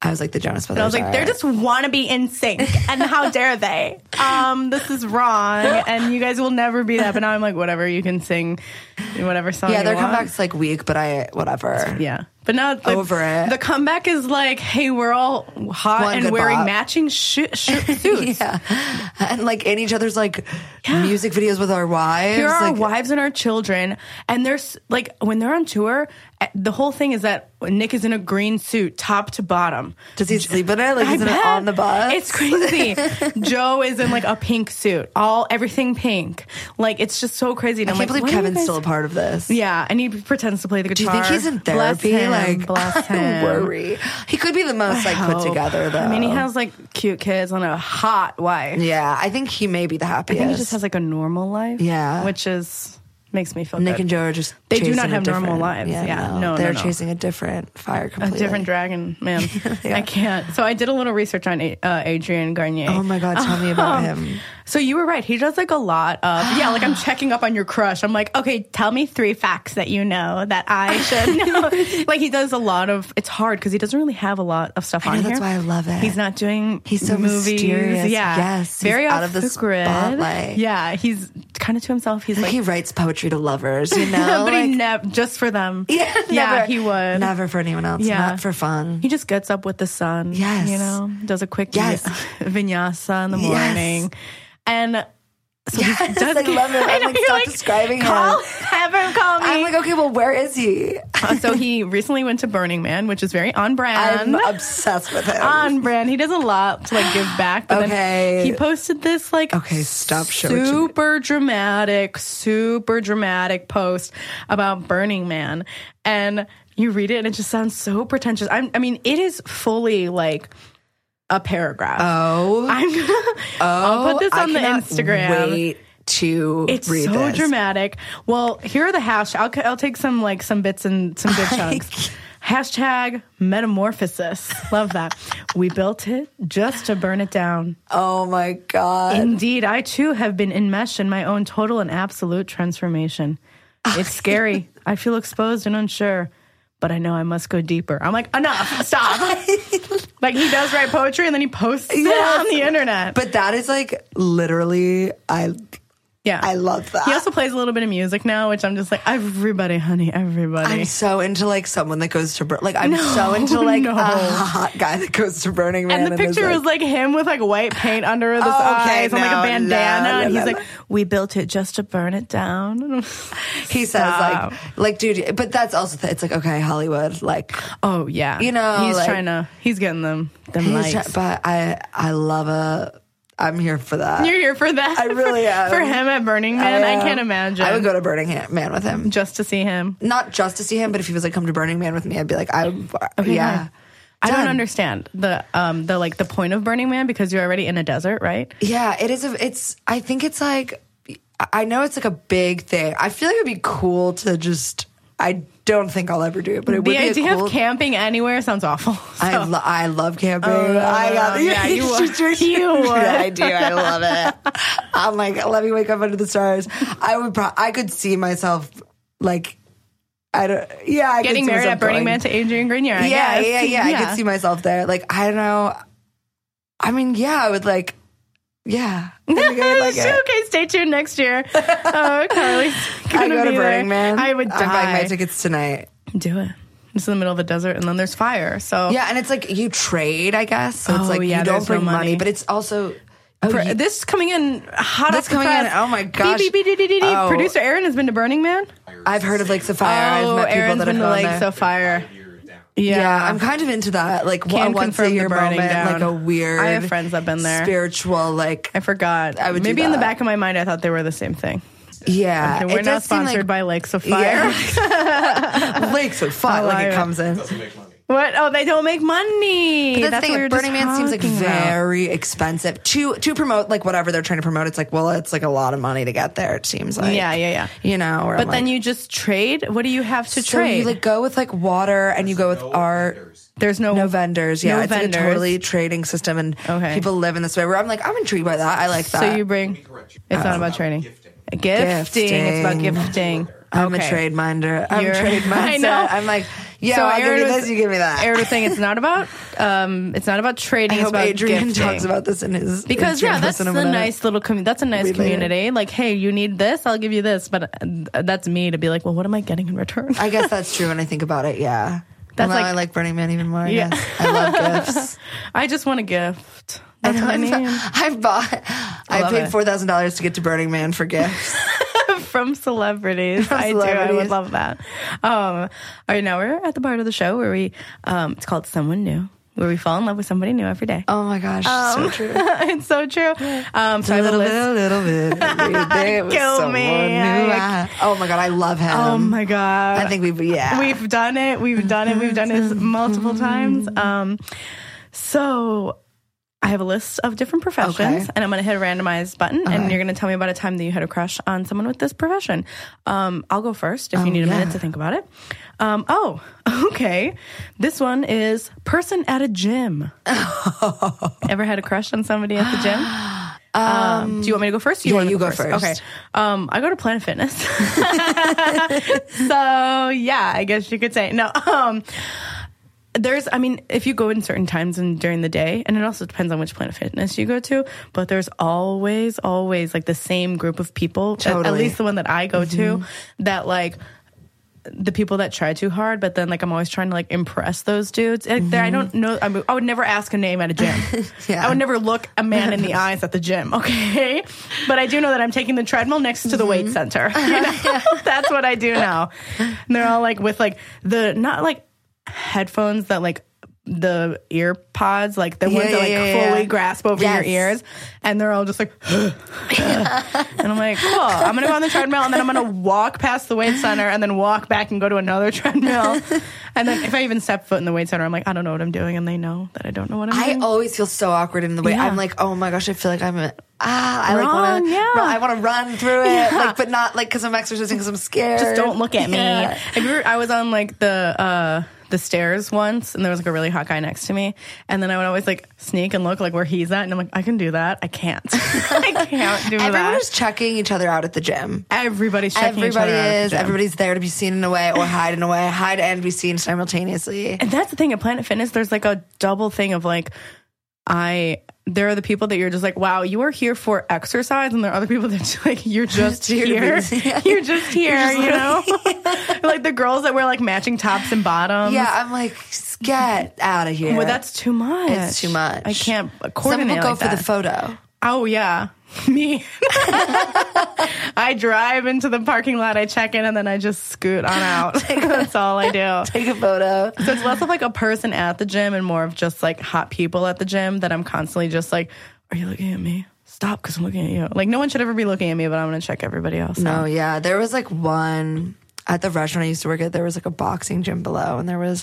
Speaker 2: I was like the Jonas Brothers.
Speaker 1: I was like,
Speaker 2: are-
Speaker 1: they're just want to be in sync, and how
Speaker 2: [laughs]
Speaker 1: dare they? Um, this is wrong, and you guys will never be that. But now I'm like, whatever, you can sing whatever song.
Speaker 2: Yeah,
Speaker 1: you
Speaker 2: their
Speaker 1: want.
Speaker 2: comeback's like weak, but I whatever.
Speaker 1: Yeah, but now the,
Speaker 2: Over it.
Speaker 1: The comeback is like, hey, we're all hot
Speaker 2: One
Speaker 1: and
Speaker 2: good
Speaker 1: wearing
Speaker 2: bop.
Speaker 1: matching
Speaker 2: [laughs]
Speaker 1: sh- sh- suits.
Speaker 2: Yeah. And like in each other's like music videos with our wives.
Speaker 1: Here are our
Speaker 2: like,
Speaker 1: wives and our children, and there's like when they're on tour, eh, the whole thing is that Nick is in a green suit, top to bottom.
Speaker 2: Does he sleep in it? Like
Speaker 1: I
Speaker 2: he's in it
Speaker 1: bet.
Speaker 2: on the bus?
Speaker 1: It's crazy.
Speaker 2: [laughs]
Speaker 1: Joe is in like a pink suit, all everything pink. Like it's just so crazy. And
Speaker 2: I
Speaker 1: am
Speaker 2: can't
Speaker 1: like,
Speaker 2: believe
Speaker 1: what are you
Speaker 2: Kevin's
Speaker 1: guys-
Speaker 2: still a part of this.
Speaker 1: Yeah, and he pretends to play the
Speaker 2: Do you
Speaker 1: guitar.
Speaker 2: think he's in
Speaker 1: Bless
Speaker 2: therapy?
Speaker 1: him,
Speaker 2: like,
Speaker 1: bless him.
Speaker 2: [laughs] I worry. He could be the most like put
Speaker 1: Hope.
Speaker 2: together though.
Speaker 1: I mean, he has like cute kids and a hot wife.
Speaker 2: yeah, I think he may be the happiest.
Speaker 1: I think he just has like a normal life.
Speaker 2: Yeah.
Speaker 1: which is makes me feel
Speaker 2: Nick
Speaker 1: good.
Speaker 2: and Joe are just
Speaker 1: They do
Speaker 2: chasing
Speaker 1: not
Speaker 2: a
Speaker 1: have normal
Speaker 2: different-
Speaker 1: lives. Yeah. No, no,
Speaker 2: they're
Speaker 1: no.
Speaker 2: chasing a different fire
Speaker 1: a
Speaker 2: completely.
Speaker 1: different dragon,
Speaker 2: [laughs]
Speaker 1: man. I can't. So I did a little research on A- uh, Adrian Garnier. Um,
Speaker 2: Oh my god, tell me about him.
Speaker 1: So you were right. He does like a lot
Speaker 2: [gasps]
Speaker 1: of yeah. Like I'm checking up on your crush. I'm like, okay, tell me three facts that you know
Speaker 2: [laughs]
Speaker 1: that I should know. like he does a lot of. It's hard because he doesn't really have a lot of stuff
Speaker 2: know,
Speaker 1: on
Speaker 2: that's
Speaker 1: here.
Speaker 2: why I love it.
Speaker 1: He's not doing.
Speaker 2: He's so
Speaker 1: movies.
Speaker 2: mysterious.
Speaker 1: Yeah.
Speaker 2: Yes, he's
Speaker 1: Very
Speaker 2: out
Speaker 1: off
Speaker 2: of the
Speaker 1: grid.
Speaker 2: spotlight.
Speaker 1: Yeah. He's kind of to himself. He's
Speaker 2: Like,
Speaker 1: like.
Speaker 2: he writes poetry to lovers, you
Speaker 1: [laughs]
Speaker 2: know.
Speaker 1: but
Speaker 2: like,
Speaker 1: he never just for them.
Speaker 2: [laughs] yeah, never-
Speaker 1: he would.
Speaker 2: never for anyone else.
Speaker 1: Yeah.
Speaker 2: Not for fun.
Speaker 1: He just gets up with the sun.
Speaker 2: Yes.
Speaker 1: You know, does a quick
Speaker 2: Yes.
Speaker 1: [laughs] vinyasa in the
Speaker 2: Yes.
Speaker 1: morning. And so [laughs] he does
Speaker 2: I love it. I'm,
Speaker 1: know,
Speaker 2: like,
Speaker 1: you're
Speaker 2: stop describing him.
Speaker 1: call, Have him call me.
Speaker 2: [laughs] I'm like, okay, well, where is he?
Speaker 1: Uh, [laughs] so he recently went to Burning Man, which is very on
Speaker 2: I'm
Speaker 1: brand.
Speaker 2: obsessed with him.
Speaker 1: on brand. He does a lot to like give back. But
Speaker 2: Okay.
Speaker 1: then he posted this like
Speaker 2: Okay, stop showing. to me.
Speaker 1: super dramatic, super dramatic post about Burning Man. And you read it and it just sounds so pretentious. I'm, I mean, it is fully like a paragraph.
Speaker 2: Oh,
Speaker 1: I'm gonna, I'll put this
Speaker 2: I
Speaker 1: on the
Speaker 2: cannot
Speaker 1: Instagram.
Speaker 2: Wait to
Speaker 1: It's
Speaker 2: read
Speaker 1: so
Speaker 2: this.
Speaker 1: dramatic. Well, here are the hash. I'll, I'll take some like some bits and some
Speaker 2: [laughs]
Speaker 1: good chunks. Hashtag metamorphosis. Love that. we built it just to burn it down.
Speaker 2: Oh my god.
Speaker 1: Indeed, I too have been enmeshed in my own total and absolute transformation. It's
Speaker 2: [laughs]
Speaker 1: scary. I feel exposed and unsure, but I know I must go deeper. I'm like, enough,
Speaker 2: [laughs]
Speaker 1: stop. like he does write poetry and then he posts
Speaker 2: Yes.
Speaker 1: it on the internet.
Speaker 2: But that is like literally I
Speaker 1: yeah,
Speaker 2: I love that.
Speaker 1: He also plays a little bit of music now, which I'm just like, everybody, honey, everybody.
Speaker 2: I'm so into like someone that goes to bur- like I'm so
Speaker 1: [laughs]
Speaker 2: into like
Speaker 1: no.
Speaker 2: a hot guy that goes to Burning Man.
Speaker 1: and the
Speaker 2: is
Speaker 1: picture
Speaker 2: like,
Speaker 1: was like him with like white paint under his
Speaker 2: okay,
Speaker 1: eyes and like
Speaker 2: no,
Speaker 1: a bandana,
Speaker 2: no, no,
Speaker 1: and he's
Speaker 2: no,
Speaker 1: like, "We built it just to burn it down."
Speaker 2: he says
Speaker 1: Stop.
Speaker 2: like like dude, but that's also th- it's like okay Hollywood like
Speaker 1: [laughs] oh yeah,
Speaker 2: You know,
Speaker 1: he's
Speaker 2: like-
Speaker 1: trying to, he's getting them, them
Speaker 2: he's
Speaker 1: likes.
Speaker 2: try- but I I love a I'm here for that.
Speaker 1: [laughs] You're here for that.
Speaker 2: I really
Speaker 1: [laughs] for,
Speaker 2: am.
Speaker 1: For him at Burning Man, I,
Speaker 2: am.
Speaker 1: can't imagine.
Speaker 2: I would go to Burning Ha- Man with him.
Speaker 1: just to see him.
Speaker 2: Not just to see him, but if he was like come to Burning Man with me, I'd be like I would, yeah.
Speaker 1: I don't
Speaker 2: Done.
Speaker 1: understand the um the like the point of Burning Man because you're already in a desert, right?
Speaker 2: Yeah, it is. A, it's. I think it's like. I know it's like a big thing. I feel like it'd be cool to just. I don't think I'll ever do it, but it would
Speaker 1: The
Speaker 2: be a
Speaker 1: idea
Speaker 2: cool.
Speaker 1: of camping anywhere sounds awful. [laughs]
Speaker 2: I,
Speaker 1: So-
Speaker 2: lo- I love camping. I got
Speaker 1: Oh, yeah, you
Speaker 2: [laughs]
Speaker 1: would. You would.
Speaker 2: Yeah, I do. I love it. I'm like, let me wake up under the stars. I would. Pro- I could see myself like. I don't. Yeah, I
Speaker 1: getting
Speaker 2: could see
Speaker 1: married
Speaker 2: myself
Speaker 1: at Burning
Speaker 2: going.
Speaker 1: Man to Adrian Grenier. I
Speaker 2: yeah,
Speaker 1: guess.
Speaker 2: yeah, yeah, I could see myself there. Like, I don't know. I mean, yeah, I would like. Yeah, I think I
Speaker 1: [laughs]
Speaker 2: would like it.
Speaker 1: okay, stay tuned next
Speaker 2: [laughs]
Speaker 1: year. Oh, Carly's
Speaker 2: I
Speaker 1: [laughs] gonna
Speaker 2: go to
Speaker 1: be
Speaker 2: Burning
Speaker 1: there.
Speaker 2: Man.
Speaker 1: I would
Speaker 2: I'm buying my
Speaker 1: die.
Speaker 2: tickets tonight.
Speaker 1: Do it. It's in the middle of the desert, and then there's fire. So
Speaker 2: Yeah, and it's like you trade, I guess. So
Speaker 1: Oh,
Speaker 2: it's like
Speaker 1: yeah,
Speaker 2: you don't
Speaker 1: there's no
Speaker 2: bring money.
Speaker 1: money.
Speaker 2: but it's also oh,
Speaker 1: Pr-
Speaker 2: you-
Speaker 1: this coming in hot.
Speaker 2: This
Speaker 1: off the
Speaker 2: coming
Speaker 1: press.
Speaker 2: in, oh my gosh.
Speaker 1: Beep, beep, beep, beep, beep, beep.
Speaker 2: Oh.
Speaker 1: Producer Aaron has been to Burning Man.
Speaker 2: I've heard of like Sapphire. I've met people
Speaker 1: Oh, Aaron's
Speaker 2: that
Speaker 1: been to
Speaker 2: have gone
Speaker 1: Lake
Speaker 2: there.
Speaker 1: Sapphire. Yeah.
Speaker 2: yeah. I'm kind of into that. Like
Speaker 1: Can
Speaker 2: a once a
Speaker 1: confirm the
Speaker 2: year
Speaker 1: burning
Speaker 2: moment,
Speaker 1: down.
Speaker 2: like a weird.
Speaker 1: I have friends that've been there.
Speaker 2: Spiritual, like
Speaker 1: I forgot.
Speaker 2: I would do
Speaker 1: Maybe in the
Speaker 2: that.
Speaker 1: back of my mind, I thought they were the same thing.
Speaker 2: yeah.
Speaker 1: Okay, we're
Speaker 2: it
Speaker 1: not
Speaker 2: does seem
Speaker 1: sponsored
Speaker 2: like,
Speaker 1: by Lakes of Fire.
Speaker 2: [laughs] yeah. [laughs] Lakes of Fire, like
Speaker 1: Fire.
Speaker 2: it comes in.
Speaker 3: doesn't make money.
Speaker 1: What? Oh, they don't make money.
Speaker 2: The
Speaker 1: That's
Speaker 2: thing,
Speaker 1: what we were
Speaker 2: Burning
Speaker 1: just
Speaker 2: Man seems like
Speaker 1: talking about.
Speaker 2: very expensive to to promote like whatever they're trying to promote. It's like well, it's like a lot of money to get there. It seems like
Speaker 1: Yeah, yeah, yeah.
Speaker 2: You know,
Speaker 1: But then you just trade. What do you have to
Speaker 2: so
Speaker 1: trade?
Speaker 2: you like go with like water and you go with
Speaker 3: No
Speaker 2: art.
Speaker 3: vendors.
Speaker 1: There's no
Speaker 2: No vendors, yeah.
Speaker 1: No
Speaker 2: it's
Speaker 1: vendors.
Speaker 2: like a totally trading system, and
Speaker 1: Okay.
Speaker 2: people live in this way. Where I'm like, I'm intrigued by that. I like that.
Speaker 1: So you bring.
Speaker 3: Let me correct you.
Speaker 1: It's not about
Speaker 3: about
Speaker 1: trading. Gifting.
Speaker 3: gifting.
Speaker 1: It's about
Speaker 2: Gifting.
Speaker 1: gifting.
Speaker 2: I'm
Speaker 1: Okay.
Speaker 2: a trade minder. I'm
Speaker 1: You're-
Speaker 2: a trade
Speaker 1: [laughs]
Speaker 2: mindset.
Speaker 1: I know.
Speaker 2: I'm like, yeah,
Speaker 1: So
Speaker 2: I give
Speaker 1: Aaron
Speaker 2: you
Speaker 1: was-
Speaker 2: this, you give me that.
Speaker 1: Aaron was saying it's not about. Um, it's not about trading.
Speaker 2: I
Speaker 1: it's
Speaker 2: hope
Speaker 1: about
Speaker 2: Adrian
Speaker 1: gifting.
Speaker 2: talks about this in his
Speaker 1: because yeah,
Speaker 2: Instagram
Speaker 1: that's
Speaker 2: post
Speaker 1: the
Speaker 2: in a minute.
Speaker 1: nice little community. That's a nice
Speaker 2: Relate it.
Speaker 1: community. Like, hey, you need this, I'll give you this. But uh, that's me to be like, well, what am I getting in return?
Speaker 2: I guess that's true when I think about it. Yeah,
Speaker 1: That's
Speaker 2: that's
Speaker 1: like-
Speaker 2: I like Burning Man even more.
Speaker 1: Yeah.
Speaker 2: Yes, I love gifts.
Speaker 1: I just want a gift. That's what [laughs] I mean.
Speaker 2: I bought. I,
Speaker 1: love
Speaker 2: paid
Speaker 1: it.
Speaker 2: four thousand dollars to get to Burning Man for gifts.
Speaker 1: From
Speaker 2: [laughs]
Speaker 1: celebrities. I do. I would
Speaker 2: celebrities.
Speaker 1: love that. Um, all right, now we're at the part of the show where we, um, it's called Someone New, where we fall in love with somebody new every day. [laughs]
Speaker 2: oh my gosh, so true.
Speaker 1: it's so true. Um, so I
Speaker 2: A
Speaker 1: have a
Speaker 2: little
Speaker 1: list.
Speaker 2: bit, a little
Speaker 1: [laughs]
Speaker 2: bit. every day with
Speaker 1: Kill
Speaker 2: someone
Speaker 1: me.
Speaker 2: new.
Speaker 1: I-
Speaker 2: I- oh my god, I love him.
Speaker 1: Oh my God.
Speaker 2: I think we've yeah.
Speaker 1: We've done it. We've done it. We've done
Speaker 2: [laughs]
Speaker 1: it multiple times.
Speaker 2: Mm-hmm.
Speaker 1: Um, so I have a list of different professions,
Speaker 2: Okay.
Speaker 1: and I'm going to hit a randomized button, and you're going to tell me about a time that you had a crush on someone with this profession. Um, I'll go first if
Speaker 2: Oh,
Speaker 1: you need a minute to think about it. Um, oh, [laughs] okay. This one is person at a gym. Ever had a crush on somebody at the
Speaker 2: [gasps]
Speaker 1: gym? Um, do you want me to go first? or
Speaker 2: yeah,
Speaker 1: wanna
Speaker 2: you go first.
Speaker 1: Okay. Um, I go to Planet Fitness. [laughs] so yeah, I guess you could say no. Um, there's, I mean, if you go in certain times and during the day, and it also depends on which Planet Fitness you go to, but there's always, always like the same group of people, at- at,
Speaker 2: Totally. Mm-hmm.
Speaker 1: least the one that I go to, that like the people that try too hard, but then like I'm always trying to like impress those dudes. Like, there- I don't know. I, mean, I would never ask a name at a gym.
Speaker 2: Mm-hmm. [laughs] Yeah.
Speaker 1: I would never look a man in
Speaker 2: [laughs]
Speaker 1: the eyes at the gym. Okay, but I do know that I'm taking the treadmill next to the weight
Speaker 2: Mm-hmm. [laughs]
Speaker 1: center. You know? [laughs] That's what I do now. And they're all like with like the not like headphones that like the ear pods, like the
Speaker 2: Yeah,
Speaker 1: ones that
Speaker 2: yeah,
Speaker 1: like
Speaker 2: yeah, yeah.
Speaker 1: fully grasp over
Speaker 2: Yes.
Speaker 1: your ears, and they're all just like, and I'm like, cool. I'm gonna go on the treadmill, and then I'm gonna walk past the weight center, and then walk back and go to another [laughs] treadmill, and then if I even step foot in the weight center, I'm like, I don't know what I'm doing, and they know that I don't know what I'm
Speaker 2: I
Speaker 1: doing.
Speaker 2: always feel so awkward in the way
Speaker 1: Yeah.
Speaker 2: I'm like, oh my gosh, I feel like I'm a, ah, I like want
Speaker 1: Wrong,
Speaker 2: to,
Speaker 1: yeah.
Speaker 2: I want to run through it, like, but not like because I'm exercising because I'm scared.
Speaker 1: just don't look at me.
Speaker 2: Yeah.
Speaker 1: Have you ever- I was on like the uh, the stairs once, and there was like a really hot guy next to me, and then I would always like sneak and look like where he's at, and I'm like, I can do that. I can't. [laughs] I can't do
Speaker 2: Everyone is
Speaker 1: that.
Speaker 2: checking each other out at the gym.
Speaker 1: Everybody's checking each
Speaker 2: Everybody
Speaker 1: other out at the
Speaker 2: is.
Speaker 1: gym.
Speaker 2: Everybody's there to be seen in a way or hide in a way, hide and be seen simultaneously.
Speaker 1: And that's the thing at Planet Fitness. There's like a double thing of like, I. There are the people that you're just like, wow, you are here for exercise, and there are other people [laughs] that you're like, you're
Speaker 2: [laughs]
Speaker 1: just
Speaker 2: Here
Speaker 1: here,
Speaker 2: to
Speaker 1: you're
Speaker 2: be-
Speaker 1: just here, you
Speaker 2: [laughs]
Speaker 1: know, [laughs] like the girls that wear like matching tops and bottoms.
Speaker 2: Yeah, I'm like, get out of here.
Speaker 1: Well, that's too much.
Speaker 2: It's too much.
Speaker 1: I can't
Speaker 2: Some
Speaker 1: coordinate
Speaker 2: people go
Speaker 1: like
Speaker 2: for
Speaker 1: that.
Speaker 2: the photo.
Speaker 1: oh yeah, [laughs] me. I drive into the parking lot. I check in and then I just scoot on
Speaker 2: [laughs]
Speaker 1: out. [laughs] That's all I do.
Speaker 2: Take a photo.
Speaker 1: So it's less of like a person at the gym and more of just like hot people at the gym that I'm constantly just like, are you looking at me? Stop, because I'm looking at you. Like no one should ever be looking at me, but I'm gonna check everybody else. out.
Speaker 2: No, Oh, yeah. There was like one at the restaurant I used to work at, there was like a boxing gym below, and there was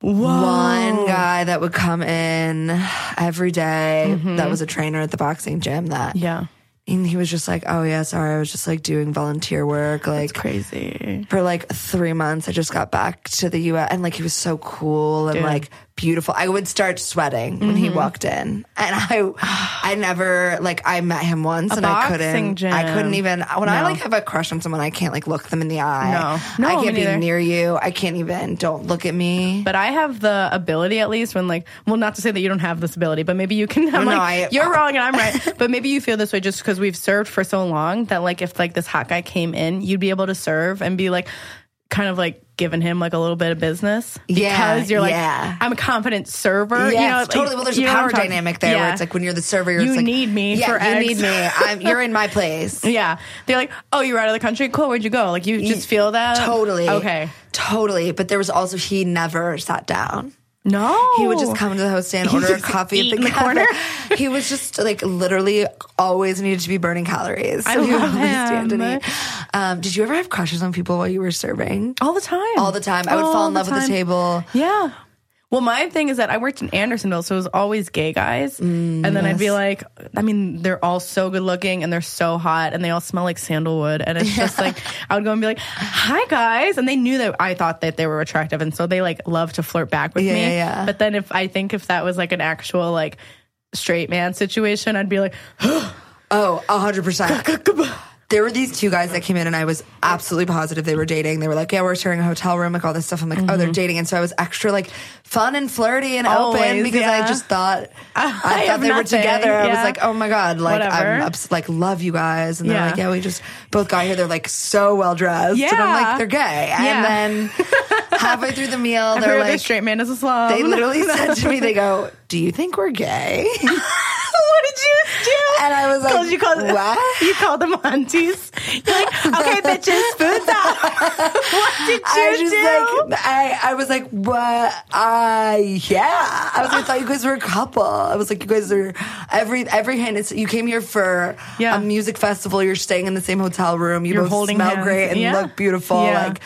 Speaker 2: one guy that would come in every day that was a trainer at the boxing gym that
Speaker 1: Yeah,
Speaker 2: and he was just like, Oh yeah, sorry, I was just like doing volunteer work, like
Speaker 1: crazy.
Speaker 2: for like three months. I just got back to the US and like he was so cool and like beautiful. I would start sweating when
Speaker 1: Mm-hmm.
Speaker 2: he walked in. And I I never like I met him once and I
Speaker 1: boxing
Speaker 2: couldn't I
Speaker 1: gym.
Speaker 2: couldn't even when I like have a crush on someone, I can't like look them in the eye.
Speaker 1: No. No,
Speaker 2: I can't
Speaker 1: me
Speaker 2: be
Speaker 1: neither.
Speaker 2: near you. I can't even don't look at me.
Speaker 1: But I have the ability, at least, when like, well, not to say that you don't have this ability, but maybe you can. I'm
Speaker 2: No,
Speaker 1: like,
Speaker 2: I-
Speaker 1: you're wrong and I'm right. [laughs] but maybe you feel this way just because we've served for so long that like, if like this hot guy came in, you'd be able to serve and be like, kind of like giving him like a little bit of business because
Speaker 2: Yeah,
Speaker 1: you're like,
Speaker 2: yeah.
Speaker 1: I'm a confident server.
Speaker 2: Yeah,
Speaker 1: Uh, you know, like,
Speaker 2: totally. Well, there's
Speaker 1: you
Speaker 2: a
Speaker 1: know what I'm
Speaker 2: power
Speaker 1: talking-
Speaker 2: dynamic there where
Speaker 1: Yeah.
Speaker 2: it's like when you're the server, you're
Speaker 1: You
Speaker 2: just like,
Speaker 1: need me
Speaker 2: yeah,
Speaker 1: for
Speaker 2: you
Speaker 1: X.
Speaker 2: need me.
Speaker 1: [laughs]
Speaker 2: I'm, you're in my place.
Speaker 1: yeah, they're like, oh, you're out of the country. Cool. Where'd you go? Like, you just feel that
Speaker 2: Totally.
Speaker 1: Okay.
Speaker 2: Totally. But there was also he never sat down.
Speaker 1: No,
Speaker 2: He would just come to the host stand, order a
Speaker 1: just
Speaker 2: coffee
Speaker 1: eat
Speaker 2: at
Speaker 1: in
Speaker 2: the,
Speaker 1: the corner.
Speaker 2: cafe. [laughs] he was just like literally always needed to be burning calories. So
Speaker 1: I
Speaker 2: he would
Speaker 1: love
Speaker 2: always stand and
Speaker 1: him.
Speaker 2: eat. Um, did you ever have crushes on people while you were serving?
Speaker 1: All the time.
Speaker 2: All the time. I would fall
Speaker 1: All
Speaker 2: in love with the
Speaker 1: time.
Speaker 2: table.
Speaker 1: Yeah. Well, my thing is that I worked in Andersonville, so it was always gay guys.
Speaker 2: Mm,
Speaker 1: and then I'd be like, I mean, they're all so good looking and they're so hot and they all smell like sandalwood. And it's just like, I would go and be like, hi guys. And they knew that I thought that they were attractive. And so they like love to flirt back with
Speaker 2: Yeah,
Speaker 1: me.
Speaker 2: yeah, yeah.
Speaker 1: But then if I think if that was like an actual like straight man situation, I'd be like,
Speaker 2: Oh, 100%. There were these two guys that came in, and I was absolutely positive they were dating. They were like, Yeah, we're sharing a hotel room, like all this stuff. I'm like, Oh,
Speaker 1: Mm-hmm.
Speaker 2: they're dating. And so I was extra like fun and flirty and open
Speaker 1: Always,
Speaker 2: because I
Speaker 1: yeah.
Speaker 2: just thought I,
Speaker 1: [laughs] I
Speaker 2: thought
Speaker 1: have
Speaker 2: they were
Speaker 1: nothing,
Speaker 2: together. I was
Speaker 1: yeah.
Speaker 2: like, Oh my God, like I'm
Speaker 1: Whatever.
Speaker 2: ups- like, love you guys. And they're
Speaker 1: Yeah.
Speaker 2: like, Yeah, we just both got here. They're like so well dressed. And I'm
Speaker 1: Yeah.
Speaker 2: like, They're gay. And
Speaker 1: Yeah.
Speaker 2: then halfway through
Speaker 1: [laughs]
Speaker 2: the meal,
Speaker 1: "Every
Speaker 2: they're
Speaker 1: other
Speaker 2: like,
Speaker 1: straight man is a slob.
Speaker 2: They literally said to me,
Speaker 1: [laughs]
Speaker 2: They go, Do you think we're gay?
Speaker 1: what did you do?
Speaker 2: And I was like,
Speaker 1: Called- you called [laughs]
Speaker 2: "What?"
Speaker 1: you called them aunties. You're like, okay, bitches,
Speaker 2: [laughs]
Speaker 1: food's out. [laughs] what did you
Speaker 2: I just
Speaker 1: do?
Speaker 2: like I, I was like, what? Uh, yeah. I was like, I thought you guys were a couple. I was like, you guys are every every hint. It's you came here for
Speaker 1: Yeah.
Speaker 2: a music festival. You're staying in the same hotel room. You
Speaker 1: You're
Speaker 2: both
Speaker 1: holding
Speaker 2: smell
Speaker 1: hands.
Speaker 2: great and
Speaker 1: Yeah.
Speaker 2: look beautiful.
Speaker 1: Yeah.
Speaker 2: Like,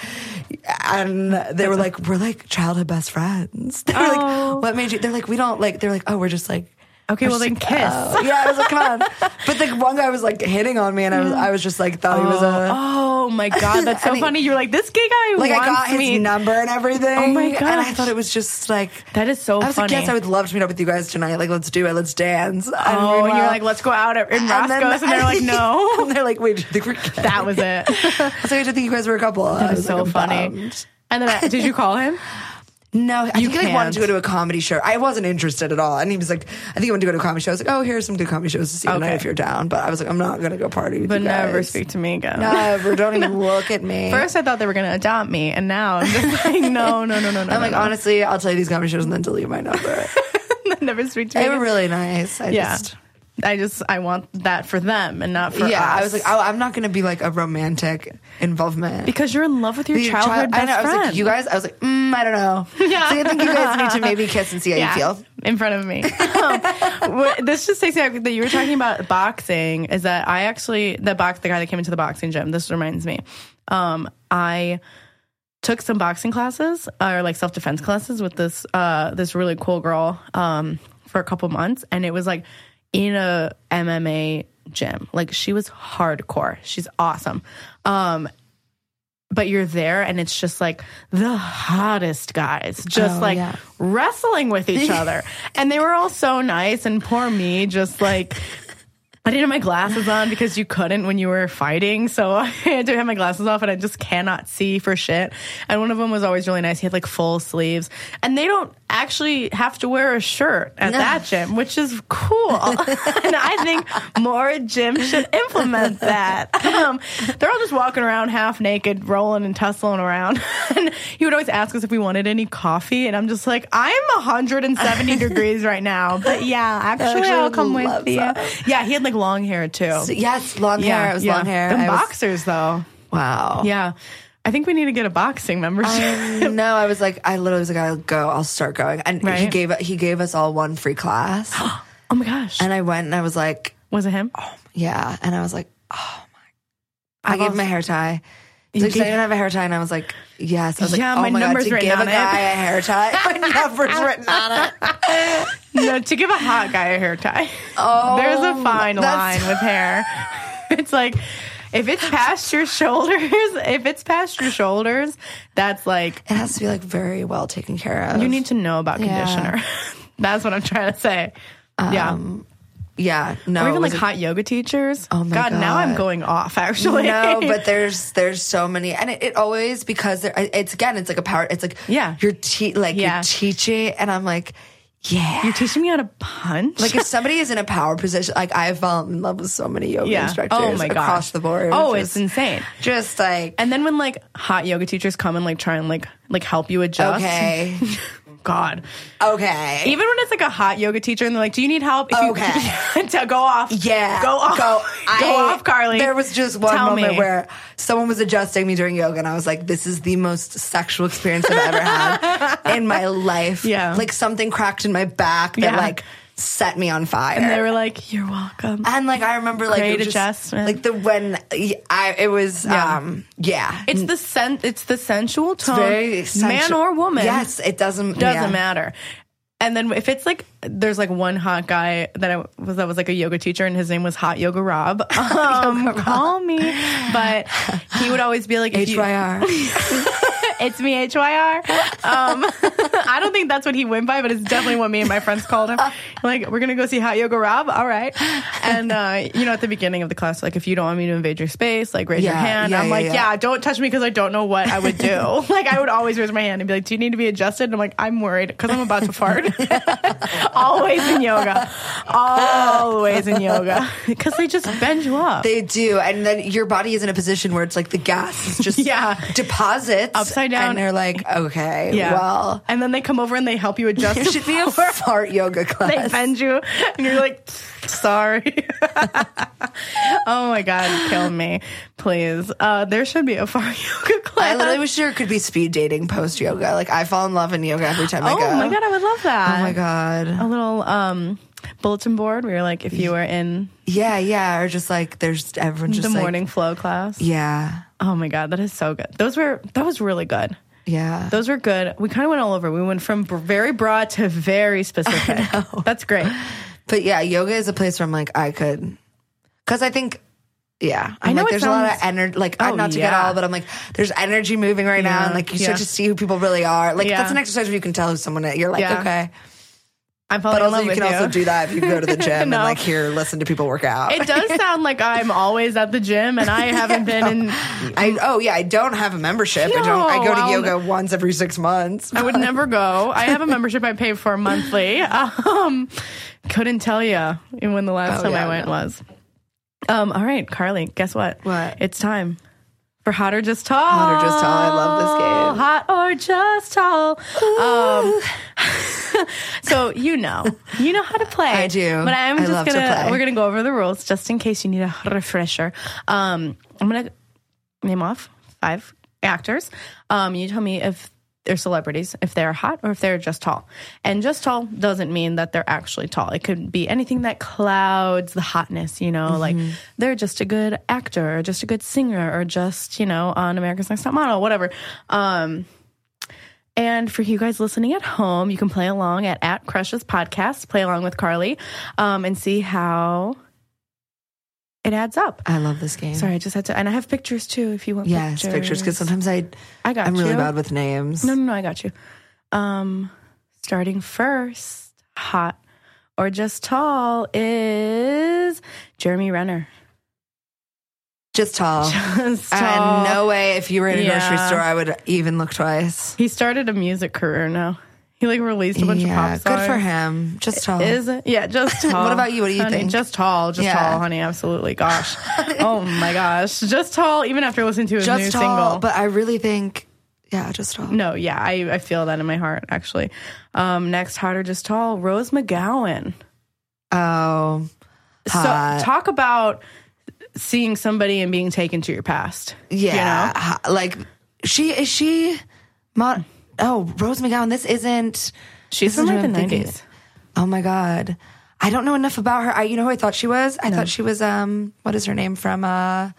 Speaker 2: and they were like, we're like childhood best friends. [laughs] They're
Speaker 1: Oh.
Speaker 2: like, what made you? They're like, we don't like. They're like, oh, we're just like.
Speaker 1: Okay, well
Speaker 2: we're just
Speaker 1: then
Speaker 2: like,
Speaker 1: kiss.
Speaker 2: oh. Yeah, I was like, come on. [laughs] But the one guy was like hitting on me, and I was, I was just like, thought he was a.
Speaker 1: Oh
Speaker 2: [laughs]
Speaker 1: my god, that's so
Speaker 2: And he-
Speaker 1: funny. You're like, this gay guy
Speaker 2: Like
Speaker 1: wants
Speaker 2: I got his
Speaker 1: me.
Speaker 2: number and everything.
Speaker 1: Oh my
Speaker 2: And I
Speaker 1: gosh.
Speaker 2: thought it was just like
Speaker 1: That is so
Speaker 2: I was
Speaker 1: funny.
Speaker 2: like, yes, I would love to meet up with you guys tonight. Like, let's do it. Let's dance. And
Speaker 1: oh, and you're
Speaker 2: meanwhile-
Speaker 1: like, let's go out
Speaker 2: [laughs]
Speaker 1: at, in Roscoe's, and, they're like, no.
Speaker 2: and they're like, wait, do you think we're gay?
Speaker 1: that was it.
Speaker 2: [laughs]
Speaker 1: [laughs]
Speaker 2: I was like, I didn't think you guys were a couple. That
Speaker 1: It was so funny. And then, I, did you call
Speaker 2: [laughs]
Speaker 1: him?
Speaker 2: No, I think I wanted
Speaker 1: can't.
Speaker 2: to go to a comedy show. I wasn't interested at all. And he was like, I think I want to go to a comedy show. I was like, oh, here are some good comedy shows to see tonight
Speaker 1: Okay.
Speaker 2: if you're down. But I was like, I'm not going to go party with
Speaker 1: But
Speaker 2: you guys.
Speaker 1: never speak to me again.
Speaker 2: Never.
Speaker 1: [laughs]
Speaker 2: Don't even look at me.
Speaker 1: First, I thought they were going to adopt me, and now I'm just
Speaker 2: [laughs]
Speaker 1: like, no, no, no, no, no.
Speaker 2: I'm like,
Speaker 1: no, no.
Speaker 2: honestly, [laughs] I'll tell you these comedy shows and then delete my number.
Speaker 1: [laughs] never speak to me.
Speaker 2: They
Speaker 1: again.
Speaker 2: were really nice. I
Speaker 1: Yeah.
Speaker 2: just
Speaker 1: I just I want that for them and not for
Speaker 2: yeah,
Speaker 1: us.
Speaker 2: I was like, oh, I'm not going to be like a romantic involvement.
Speaker 1: because you're in love with your
Speaker 2: Your
Speaker 1: childhood
Speaker 2: child- I
Speaker 1: best
Speaker 2: know. I was
Speaker 1: friend.
Speaker 2: like, you guys. I was like, mm, I don't know.
Speaker 1: [laughs] Yeah.
Speaker 2: So I think you
Speaker 1: [laughs]
Speaker 2: guys need to maybe kiss and see how
Speaker 1: Yeah,
Speaker 2: you feel.
Speaker 1: in front of
Speaker 2: [laughs]
Speaker 1: me. Um, wh- this just takes me back that you were talking about boxing. Is that I actually the box the guy that came into the boxing gym? This reminds me. Um, I took some boxing classes or like self defense classes with this uh this really cool girl um for a couple months, and it was like in a MMA gym. Like she was hardcore. She's awesome. Um, but you're there and it's just like the hottest guys just
Speaker 2: Oh,
Speaker 1: like
Speaker 2: yeah.
Speaker 1: wrestling with each other and they were all so nice and poor me just like I didn't have my glasses on because you couldn't when you were fighting. So [laughs] I had to have my glasses off and I just cannot see for shit. And one of them was always really nice. He had like full sleeves. And they don't actually have to wear a shirt at that gym, which is cool. [laughs] and I think more gyms should implement that. Um, they're all just walking around half naked, rolling and tussling around. [laughs] and he would always ask us if we wanted any coffee. And I'm just like, I'm 170 degrees right now. But yeah, actually,
Speaker 2: Actually, I
Speaker 1: I'll
Speaker 2: would
Speaker 1: come
Speaker 2: love
Speaker 1: with you.
Speaker 2: that.
Speaker 1: [laughs] Yeah, he had like long hair too.
Speaker 2: So, yes, long
Speaker 1: yeah,
Speaker 2: hair. It was
Speaker 1: yeah.
Speaker 2: long hair.
Speaker 1: The
Speaker 2: I was-
Speaker 1: boxers though.
Speaker 2: wow.
Speaker 1: Yeah, I think we need to get a boxing membership.
Speaker 2: Um, no, I was like, I literally was like, I'll go. I'll start going. And he
Speaker 1: Right.
Speaker 2: gave he gave us all one
Speaker 1: [gasps]
Speaker 2: free class,
Speaker 1: [laughs] oh my gosh,
Speaker 2: and Oh. I went and I was like,
Speaker 1: was it him?
Speaker 2: yeah, and I was like, oh my. I
Speaker 1: I've
Speaker 2: gave
Speaker 1: also-
Speaker 2: him a hair tie. He's
Speaker 1: You
Speaker 2: like, 'cause I
Speaker 1: gave-
Speaker 2: didn't have a hair tie, and I was like, yes. I was
Speaker 1: Yeah,
Speaker 2: like, oh
Speaker 1: my
Speaker 2: my,
Speaker 1: number's
Speaker 2: God, to
Speaker 1: written
Speaker 2: give a
Speaker 1: on it.
Speaker 2: guy a hair
Speaker 1: [laughs]
Speaker 2: tie, my number's written on it.
Speaker 1: no, to give a hot guy a hair tie.
Speaker 2: Oh,
Speaker 1: there's a fine
Speaker 2: that's-
Speaker 1: line with
Speaker 2: [laughs]
Speaker 1: hair. It's like. If it's past your shoulders, if it's past your shoulders, that's like
Speaker 2: It has to be like very well taken care of.
Speaker 1: you need to know about
Speaker 2: Yeah.
Speaker 1: conditioner. [laughs] that's what I'm trying to say. yeah.
Speaker 2: yeah, no,
Speaker 1: Or
Speaker 2: it
Speaker 1: even
Speaker 2: Um, was
Speaker 1: like hot yoga teachers. Oh
Speaker 2: my
Speaker 1: Now I'm
Speaker 2: God.
Speaker 1: going off. Actually,
Speaker 2: No, but there's there's so many, and it, it always because there, it's again, it's like a power. It's like
Speaker 1: Yeah.
Speaker 2: you're te- like
Speaker 1: Yeah.
Speaker 2: you're teaching, and I'm like,
Speaker 1: [laughs]
Speaker 2: yeah.
Speaker 1: [laughs] you're teaching me how to punch.
Speaker 2: like if somebody is in a power position, like I've fallen in love with so many yoga instructors
Speaker 1: oh my gosh.
Speaker 2: across the board.
Speaker 1: Oh,
Speaker 2: which
Speaker 1: it's
Speaker 2: is
Speaker 1: insane.
Speaker 2: just like
Speaker 1: And then when like hot yoga teachers come and like try and like like help you adjust.
Speaker 2: okay,
Speaker 1: [laughs] God.
Speaker 2: okay,
Speaker 1: Even when it's like a hot yoga teacher and they're like, "Do you need help?" If you- [laughs]
Speaker 2: Okay.
Speaker 1: to go off.
Speaker 2: Yeah.
Speaker 1: Go off. Go,
Speaker 2: I-
Speaker 1: off, Carly.
Speaker 2: There was just one
Speaker 1: Tell
Speaker 2: moment
Speaker 1: me.
Speaker 2: where someone was adjusting me during yoga and I was like, this is the most sexual experience I've ever
Speaker 1: [laughs]
Speaker 2: had in my life.
Speaker 1: Yeah.
Speaker 2: Like something cracked in my back that
Speaker 1: Yeah.
Speaker 2: like set me on fire.
Speaker 1: and they were like, "You're welcome."
Speaker 2: And, like I remember like
Speaker 1: Great
Speaker 2: it was just-
Speaker 1: adjustment.
Speaker 2: like the when I it was
Speaker 1: Yeah.
Speaker 2: um yeah.
Speaker 1: It's the sen- it's the sensual tone,
Speaker 2: very
Speaker 1: man
Speaker 2: sensual.
Speaker 1: or woman.
Speaker 2: Yes, it doesn't
Speaker 1: doesn't
Speaker 2: yeah.
Speaker 1: matter. And then if it's like there's like one hot guy that I was that was like a yoga teacher and his name was Hot Yoga Rob. [laughs] Um, call me, but he would always be like if you-
Speaker 2: HYR.
Speaker 1: [laughs] it's me HYR. Um, [laughs] I don't think that's what he went by, but it's definitely what me and my friends called
Speaker 2: [laughs]
Speaker 1: him. Like, we're gonna go see Hot Yoga Rob. All right, and uh, you know, at the beginning of the class, like, if you don't want me to invade your space, like, raise your
Speaker 2: Yeah,
Speaker 1: hand.
Speaker 2: yeah,
Speaker 1: I'm
Speaker 2: yeah,
Speaker 1: like, yeah.
Speaker 2: yeah.
Speaker 1: don't touch me because I don't know what I would do.
Speaker 2: [laughs]
Speaker 1: like, I would always raise my hand and be like, do you need to be adjusted? And I'm like, I'm worried because I'm about to fart. [laughs] always in yoga, always in
Speaker 2: [laughs]
Speaker 1: yoga because they just bend you up.
Speaker 2: They do, and then your body is in a position where it's like the gas is
Speaker 1: [laughs]
Speaker 2: just
Speaker 1: Yeah.
Speaker 2: deposits
Speaker 1: Upside down.
Speaker 2: and they're like, okay,
Speaker 1: yeah. [laughs]
Speaker 2: well,
Speaker 1: and then they come over and they help you
Speaker 2: [laughs]
Speaker 1: adjust.
Speaker 2: There should be a fart yoga
Speaker 1: they
Speaker 2: class.
Speaker 1: bend you and you're like sorry
Speaker 2: [laughs]
Speaker 1: oh my god kill me please uh there should be a far [laughs] yoga class
Speaker 2: I literally wish there could be speed dating post yoga. Like I fall in love in yoga every time I
Speaker 1: oh
Speaker 2: go.
Speaker 1: my god i would love that
Speaker 2: Oh my god.
Speaker 1: a little um bulletin board where you're like if you were in
Speaker 2: Yeah, yeah. Or just like there's everyone just
Speaker 1: the
Speaker 2: like,
Speaker 1: morning flow class
Speaker 2: Yeah,
Speaker 1: oh my god that is so good those were that was really good
Speaker 2: yeah.
Speaker 1: those were good we kind of went all over we went from br- very broad to
Speaker 2: [laughs]
Speaker 1: very specific that's great
Speaker 2: but yeah, yoga is a place where I'm like I could, because I think. Yeah, I'm
Speaker 1: I know it
Speaker 2: like there's a lot of
Speaker 1: sounds-
Speaker 2: energy. Like
Speaker 1: Oh,
Speaker 2: I'm not to get
Speaker 1: yeah.
Speaker 2: all, but I'm like there's energy moving right now,
Speaker 1: Yeah,
Speaker 2: and like you
Speaker 1: yeah.
Speaker 2: start to see who people really are. Like
Speaker 1: Yeah.
Speaker 2: that's an exercise where you can tell who someone is. You're like
Speaker 1: Yeah.
Speaker 2: okay,
Speaker 1: i'm falling
Speaker 2: but
Speaker 1: in
Speaker 2: also
Speaker 1: love
Speaker 2: you
Speaker 1: with
Speaker 2: can also do that if you go
Speaker 1: [laughs]
Speaker 2: to the gym
Speaker 1: No.
Speaker 2: and like here listen to people work out.
Speaker 1: it does
Speaker 2: [laughs]
Speaker 1: sound like i'm always at the gym and i haven't been in
Speaker 2: I oh yeah, I don't have a membership. I don't. I go to
Speaker 1: No, um,
Speaker 2: yoga once every six months.
Speaker 1: I would never go. I have a membership I pay for monthly. Um, couldn't tell you when the last
Speaker 2: Oh,
Speaker 1: time I
Speaker 2: yeah,
Speaker 1: went
Speaker 2: no.
Speaker 1: was. Um, all right, Carly, guess what?
Speaker 2: What?
Speaker 1: It's time for Hot or Just Tall.
Speaker 2: Hot or Just Tall. I love this game.
Speaker 1: Hot or Just Tall. Um, so you know, you know how to play.
Speaker 2: I do.
Speaker 1: But I'm
Speaker 2: I
Speaker 1: just
Speaker 2: love to
Speaker 1: gonna
Speaker 2: play.
Speaker 1: we're gonna go over the rules just in case you need a refresher. Um, I'm gonna name off five actors. Um, you tell me if they're celebrities, if they're hot or if they're just tall. And just tall doesn't mean that they're actually tall. It could be anything that clouds the hotness, you
Speaker 2: Mm-hmm.
Speaker 1: know, like they're just a good actor or just a good singer or just, you know, on America's Next Top Model, whatever. Um, and for you guys listening at home, you can play along at, at Crushes Podcast, play along with Carly, um, and see how it adds up.
Speaker 2: I love this game.
Speaker 1: Sorry, I just had to, and I have pictures too. If you want,
Speaker 2: Yes, pictures. Because sometimes I,
Speaker 1: I got
Speaker 2: I'm really
Speaker 1: you.
Speaker 2: bad with names.
Speaker 1: No, no, no, I got you. Um, starting first, hot or just tall is Jeremy Renner. [laughs]
Speaker 2: Just tall.
Speaker 1: Just
Speaker 2: And
Speaker 1: tall.
Speaker 2: no way, if you were in a grocery
Speaker 1: Yeah.
Speaker 2: store, I would even look twice.
Speaker 1: He started a music career now. He like released a bunch
Speaker 2: yeah,
Speaker 1: of pop songs.
Speaker 2: good for him. Just tall.
Speaker 1: Is yeah, just tall.
Speaker 2: Oh. [laughs] What about you? What do you
Speaker 1: honey,
Speaker 2: think?
Speaker 1: Just tall, just
Speaker 2: Yeah.
Speaker 1: tall, honey. Absolutely,
Speaker 2: [laughs]
Speaker 1: gosh. oh my gosh, just tall. Even after listening to his new
Speaker 2: just tall.
Speaker 1: single,
Speaker 2: But I really think, yeah, just tall.
Speaker 1: no, yeah, I, I feel that in my heart actually. Um, next, hot or just tall, Rose McGowan.
Speaker 2: Oh, hot.
Speaker 1: So talk about seeing somebody and being taken to your past. you
Speaker 2: yeah.
Speaker 1: know?
Speaker 2: Ho- Like she is she. Mod- oh, Rose McGowan. This isn't.
Speaker 1: she's
Speaker 2: this
Speaker 1: from like the
Speaker 2: isn't who I'm thinking.
Speaker 1: nineties.
Speaker 2: Oh my god. I don't know enough about her. I, you know who I thought she was? I thought she was um what is her name from uh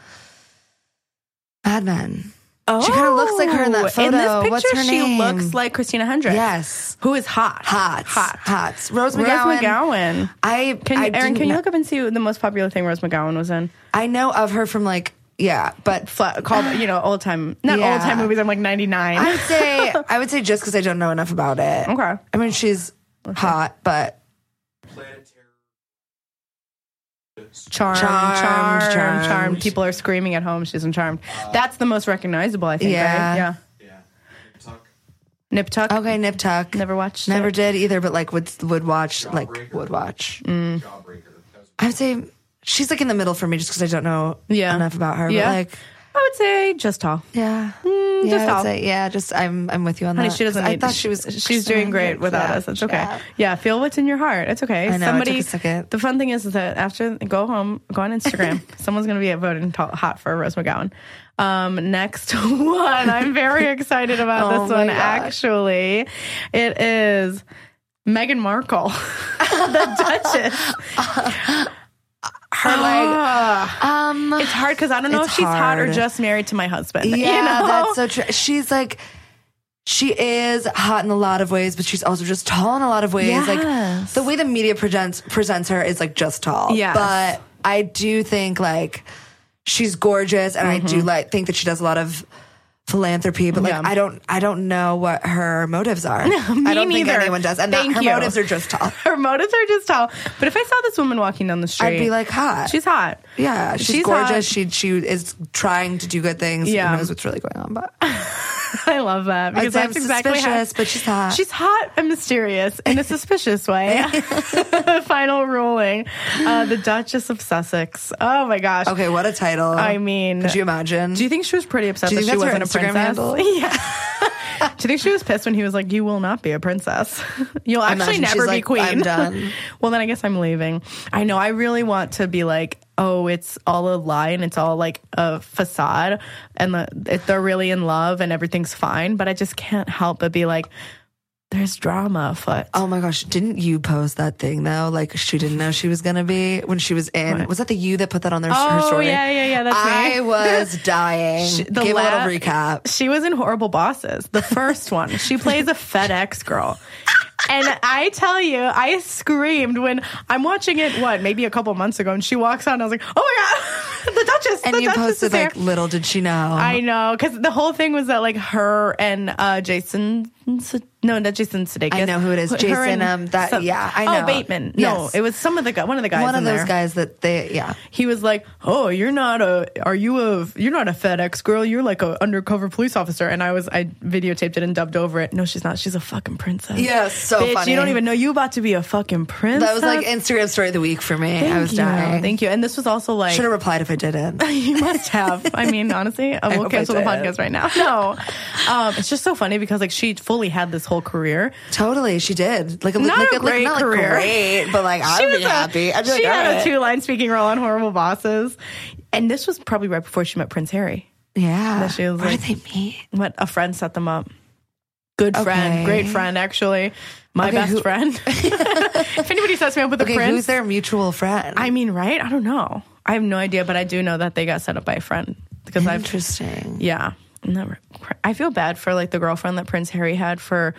Speaker 2: Mad Men.
Speaker 1: Oh,
Speaker 2: She kinda looks like her in that
Speaker 1: In this
Speaker 2: photo.
Speaker 1: picture,
Speaker 2: What's her
Speaker 1: she
Speaker 2: name?
Speaker 1: looks like Christina Hendricks.
Speaker 2: Yes.
Speaker 1: who is hot,
Speaker 2: Hot.
Speaker 1: hot,
Speaker 2: Hot. Rose
Speaker 1: Rose
Speaker 2: McGowan.
Speaker 1: McGowan.
Speaker 2: I
Speaker 1: Can you,
Speaker 2: I
Speaker 1: Aaron,
Speaker 2: didn't
Speaker 1: can you
Speaker 2: know-
Speaker 1: look up and see the most popular thing Rose McGowan was in?
Speaker 2: I know of her from like yeah, but
Speaker 1: Fla- called, you know, old time, not
Speaker 2: Yeah.
Speaker 1: old time movies. I'm like 99.
Speaker 2: I
Speaker 1: [laughs]
Speaker 2: would say I would say just cuz I don't know enough about it.
Speaker 1: okay.
Speaker 2: I mean she's hot, but
Speaker 3: Planet Terror.
Speaker 1: Charmed, charmed,
Speaker 2: Charmed,
Speaker 1: charmed, charmed,
Speaker 2: Charmed.
Speaker 1: People are screaming at home. She's in Charmed. That's the most recognizable, I think,
Speaker 2: Yeah.
Speaker 1: right? Yeah.
Speaker 3: Yeah. Tuck.
Speaker 1: Nip Tuck.
Speaker 2: okay, Nip Tuck.
Speaker 1: Never watched
Speaker 2: Never
Speaker 1: it.
Speaker 2: did either, but like would would watch like would watch.
Speaker 1: Mm.
Speaker 3: Jawbreaker. That was
Speaker 2: I would say she's like in the middle for me just because I don't know
Speaker 1: Yeah.
Speaker 2: enough about her.
Speaker 1: Yeah.
Speaker 2: But like,
Speaker 1: I would say just tall.
Speaker 2: yeah,
Speaker 1: Mm,
Speaker 2: yeah,
Speaker 1: just
Speaker 2: I would
Speaker 1: all.
Speaker 2: say- yeah, just I'm I'm with you on
Speaker 1: Honey,
Speaker 2: that.
Speaker 1: she doesn't
Speaker 2: 'Cause
Speaker 1: need
Speaker 2: I thought she was.
Speaker 1: She's doing great without
Speaker 2: Yeah.
Speaker 1: us. It's okay. Yeah.
Speaker 2: Yeah.
Speaker 1: feel what's in your heart. It's okay.
Speaker 2: I know, it
Speaker 1: Somebody
Speaker 2: took a second.
Speaker 1: The fun thing is that after go home, go on
Speaker 2: [laughs]
Speaker 1: Instagram. someone's going to be voting to- hot for Rose McGowan. Um, next [laughs] one. I'm very excited about
Speaker 2: Oh
Speaker 1: this
Speaker 2: my
Speaker 1: one
Speaker 2: gosh.
Speaker 1: actually. It is Meghan Markle, [laughs] the Duchess.
Speaker 2: Her [laughs] like,
Speaker 1: Ah,
Speaker 2: um,
Speaker 1: it's hard because I don't know
Speaker 2: It's
Speaker 1: if she's hot or
Speaker 2: hard.
Speaker 1: just married to my husband. [laughs]
Speaker 2: yeah,
Speaker 1: you know?
Speaker 2: that's so true. She's like. She is hot in a lot of ways, but she's also just tall in a lot of ways.
Speaker 1: Yes.
Speaker 2: Like the way the media presents presents her is like just tall.
Speaker 1: Yes.
Speaker 2: But I do think like she's gorgeous and I do like think that she does a lot of philanthropy, but like
Speaker 1: Mm-hmm. Yeah.
Speaker 2: I don't I don't know what her
Speaker 1: [laughs]
Speaker 2: motives are. I don't
Speaker 1: neither.
Speaker 2: think anyone does. And that-
Speaker 1: Thank
Speaker 2: her
Speaker 1: you.
Speaker 2: motives are
Speaker 1: [laughs]
Speaker 2: just tall.
Speaker 1: her motives are just tall. But if I saw this woman walking down the street,
Speaker 2: I'd be like hot.
Speaker 1: she's hot.
Speaker 2: yeah, she's,
Speaker 1: she's
Speaker 2: gorgeous.
Speaker 1: hot.
Speaker 2: She she is trying to do good things.
Speaker 1: Yeah.
Speaker 2: Who knows what's really going on, but
Speaker 1: [laughs] I love that because
Speaker 2: say I'm
Speaker 1: that's exactly how.
Speaker 2: suspicious, but she's hot.
Speaker 1: She's hot and mysterious
Speaker 2: [laughs]
Speaker 1: in a suspicious way. [laughs] Final ruling, uh, the Duchess of Sussex. Oh my gosh.
Speaker 2: Okay, what a title.
Speaker 1: I mean-
Speaker 2: could you imagine?
Speaker 1: Do you think she was pretty upset
Speaker 2: Do you
Speaker 1: that she
Speaker 2: think
Speaker 1: wasn't a
Speaker 2: that's her Instagram
Speaker 1: princess?
Speaker 2: handle?
Speaker 1: [laughs] Yeah. Do you think she was pissed when he was like, "You will not be a princess. [laughs] You'll actually
Speaker 2: Imagine she's
Speaker 1: never be
Speaker 2: like,
Speaker 1: queen."
Speaker 2: "I'm done."
Speaker 1: [laughs] well, then I guess I'm leaving. I know. I really want to be like, "Oh, it's all a lie and it's all like a facade, and the, it, they're really in love and everything's fine." But I just can't help but be like, "There's drama afoot."
Speaker 2: Oh my gosh, didn't you post that thing though? Like she didn't know she was gonna be when she was in. Was that the you that put that on their her
Speaker 1: Oh,
Speaker 2: story?
Speaker 1: yeah, yeah, yeah, that's
Speaker 2: I
Speaker 1: me. [laughs]
Speaker 2: was dying.
Speaker 1: She- the
Speaker 2: Give a
Speaker 1: la-
Speaker 2: little
Speaker 1: [laughs]
Speaker 2: recap.
Speaker 1: She was in Horrible Bosses, the first one. She plays a FedEx girl. And I tell you, I screamed when I'm watching it, what, maybe a couple months ago, and she walks out, and I was like, oh my God, [laughs] the Duchess.
Speaker 2: And
Speaker 1: the
Speaker 2: you
Speaker 1: Duchess
Speaker 2: posted
Speaker 1: is here.
Speaker 2: like, little did she know.
Speaker 1: I know, because the whole thing was that like her and uh, Jason No, not Jason Sudeikis.
Speaker 2: I know who it is.
Speaker 1: Her
Speaker 2: Jason,
Speaker 1: and
Speaker 2: um, that- yeah, I
Speaker 1: Oh,
Speaker 2: know.
Speaker 1: Bateman.
Speaker 2: Yes.
Speaker 1: No, it was some of the guy. One of the guys.
Speaker 2: One of
Speaker 1: in
Speaker 2: those
Speaker 1: there.
Speaker 2: guys that they, yeah.
Speaker 1: He was like, "Oh, you're not a. Are you a? You're not a FedEx girl. You're like a undercover police officer." And I was. I videotaped it and dubbed over it. No, she's not. She's a fucking princess.
Speaker 2: Yeah, so
Speaker 1: Bitch,
Speaker 2: funny.
Speaker 1: You don't even know you about to be a fucking princess.
Speaker 2: That was like Instagram story of the week for me.
Speaker 1: Thank
Speaker 2: I was
Speaker 1: you.
Speaker 2: dying.
Speaker 1: Thank you. And this was also like.
Speaker 2: Should have replied if I didn't.
Speaker 1: [laughs] You must
Speaker 2: [laughs]
Speaker 1: have. I mean, honestly, uh, we'll
Speaker 2: hope I
Speaker 1: cancel the
Speaker 2: did.
Speaker 1: podcast right now. No, um, it's just so funny because like she fully had this whole career.
Speaker 2: Totally, she did. Like,
Speaker 1: Not
Speaker 2: like,
Speaker 1: a
Speaker 2: like,
Speaker 1: great
Speaker 2: not like
Speaker 1: career.
Speaker 2: great,
Speaker 1: [laughs]
Speaker 2: but like I'd be
Speaker 1: was a-
Speaker 2: happy. I'd be like,
Speaker 1: she
Speaker 2: all
Speaker 1: had
Speaker 2: right.
Speaker 1: a two-line speaking role on Horrible Bosses, and this was probably right before she met Prince Harry.
Speaker 2: yeah.
Speaker 1: that she was
Speaker 2: Where
Speaker 1: like-
Speaker 2: did they meet?
Speaker 1: What a friend set them up. Good friend,
Speaker 2: Okay.
Speaker 1: great friend, actually, my
Speaker 2: Okay,
Speaker 1: best
Speaker 2: who- [laughs]
Speaker 1: friend. [laughs] if anybody sets me up with a
Speaker 2: Okay,
Speaker 1: prince,
Speaker 2: who's their mutual friend?
Speaker 1: I mean, right? I don't know. I have no idea, but I do know that they got set up by a friend because I've
Speaker 2: Interesting.
Speaker 1: Yeah. Never. I feel bad for like the girlfriend that Prince Harry had for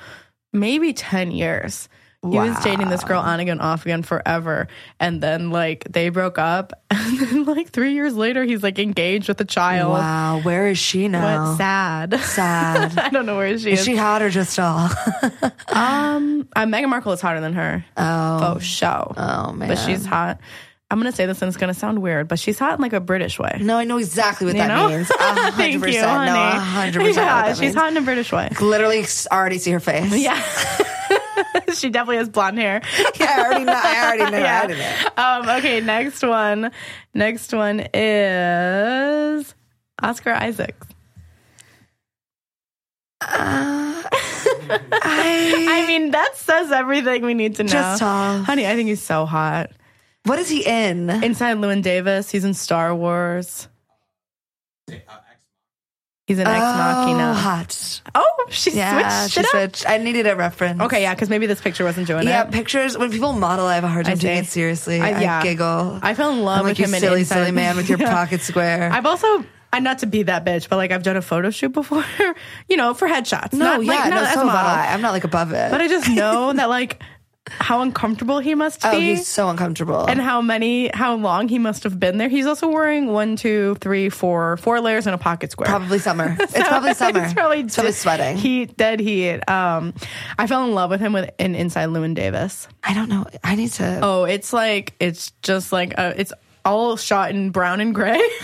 Speaker 1: maybe 10 years. He was dating this girl on again, off again forever. And then like they broke up. [laughs] And then like three years later, he's like engaged with a child.
Speaker 2: Wow, where is she now?
Speaker 1: But sad.
Speaker 2: [laughs] Sad.
Speaker 1: [laughs] I don't know where she
Speaker 2: Is
Speaker 1: is.
Speaker 2: she hot or just all?
Speaker 1: um, uh, Meghan Markle is hotter than her. Oh. Oh, show.
Speaker 2: Oh, man.
Speaker 1: But she's hot. I'm going to say this and it's going to sound weird, but she's hot in like a British
Speaker 2: [laughs]
Speaker 1: way.
Speaker 2: [laughs] No, I know exactly what
Speaker 1: You
Speaker 2: that
Speaker 1: know?
Speaker 2: means. A
Speaker 1: [laughs]
Speaker 2: hundred
Speaker 1: Thank you,
Speaker 2: percent. No, a
Speaker 1: honey.
Speaker 2: hundred percent.
Speaker 1: [laughs] Yeah,
Speaker 2: what that
Speaker 1: she's
Speaker 2: means.
Speaker 1: hot in a British
Speaker 2: [laughs]
Speaker 1: way.
Speaker 2: Literally s- already see
Speaker 1: [laughs]
Speaker 2: her face. Yeah,
Speaker 1: she definitely has blonde hair.
Speaker 2: [laughs]
Speaker 1: [laughs]
Speaker 2: I already know. I already know. I already know.
Speaker 1: Um, okay, next one. Next one is Oscar Isaacs.
Speaker 2: I,
Speaker 1: I mean, that says everything we need to know.
Speaker 2: Just tall.
Speaker 1: Honey, I think he's so hot.
Speaker 2: what is he in?
Speaker 1: Inside Llewyn Davis, he's in Star Wars. He's an ex
Speaker 2: Oh,
Speaker 1: machina.
Speaker 2: hot.
Speaker 1: Oh, she
Speaker 2: Yeah,
Speaker 1: switched
Speaker 2: she
Speaker 1: it up.
Speaker 2: switched. I needed a reference.
Speaker 1: Okay, yeah, because maybe this picture wasn't doing
Speaker 2: Yeah,
Speaker 1: it.
Speaker 2: pictures. When people model, I have a hard time
Speaker 1: I
Speaker 2: taking
Speaker 1: see.
Speaker 2: it seriously.
Speaker 1: I-
Speaker 2: I,
Speaker 1: yeah.
Speaker 2: giggle.
Speaker 1: I fell in love
Speaker 2: I'm like
Speaker 1: with
Speaker 2: you
Speaker 1: him in
Speaker 2: silly,
Speaker 1: Inside-
Speaker 2: silly man with your
Speaker 1: [laughs] Yeah.
Speaker 2: pocket square.
Speaker 1: I've also I'm not to be that bitch, but like I've done a photo shoot before, [laughs] you know, for headshots.
Speaker 2: no,
Speaker 1: not,
Speaker 2: yeah,
Speaker 1: like, not
Speaker 2: no,
Speaker 1: as
Speaker 2: so
Speaker 1: a
Speaker 2: am
Speaker 1: model.
Speaker 2: I. I'm not like above it.
Speaker 1: But I just
Speaker 2: [laughs]
Speaker 1: know that like how uncomfortable he must
Speaker 2: oh,
Speaker 1: be.
Speaker 2: he's so uncomfortable.
Speaker 1: and how many, how long he must have been there. He's also wearing one, two, three, four, four layers and a pocket square.
Speaker 2: [laughs] probably summer.
Speaker 1: [laughs]
Speaker 2: It's probably summer.
Speaker 1: It's probably,
Speaker 2: It's probably
Speaker 1: d-
Speaker 2: sweating.
Speaker 1: Heat, dead heat. Um, I fell in love with him with in Inside Lewin Davis.
Speaker 2: I don't know. I need to.
Speaker 1: Oh, it's like it's just like uh it's all shot in brown and gray. [laughs]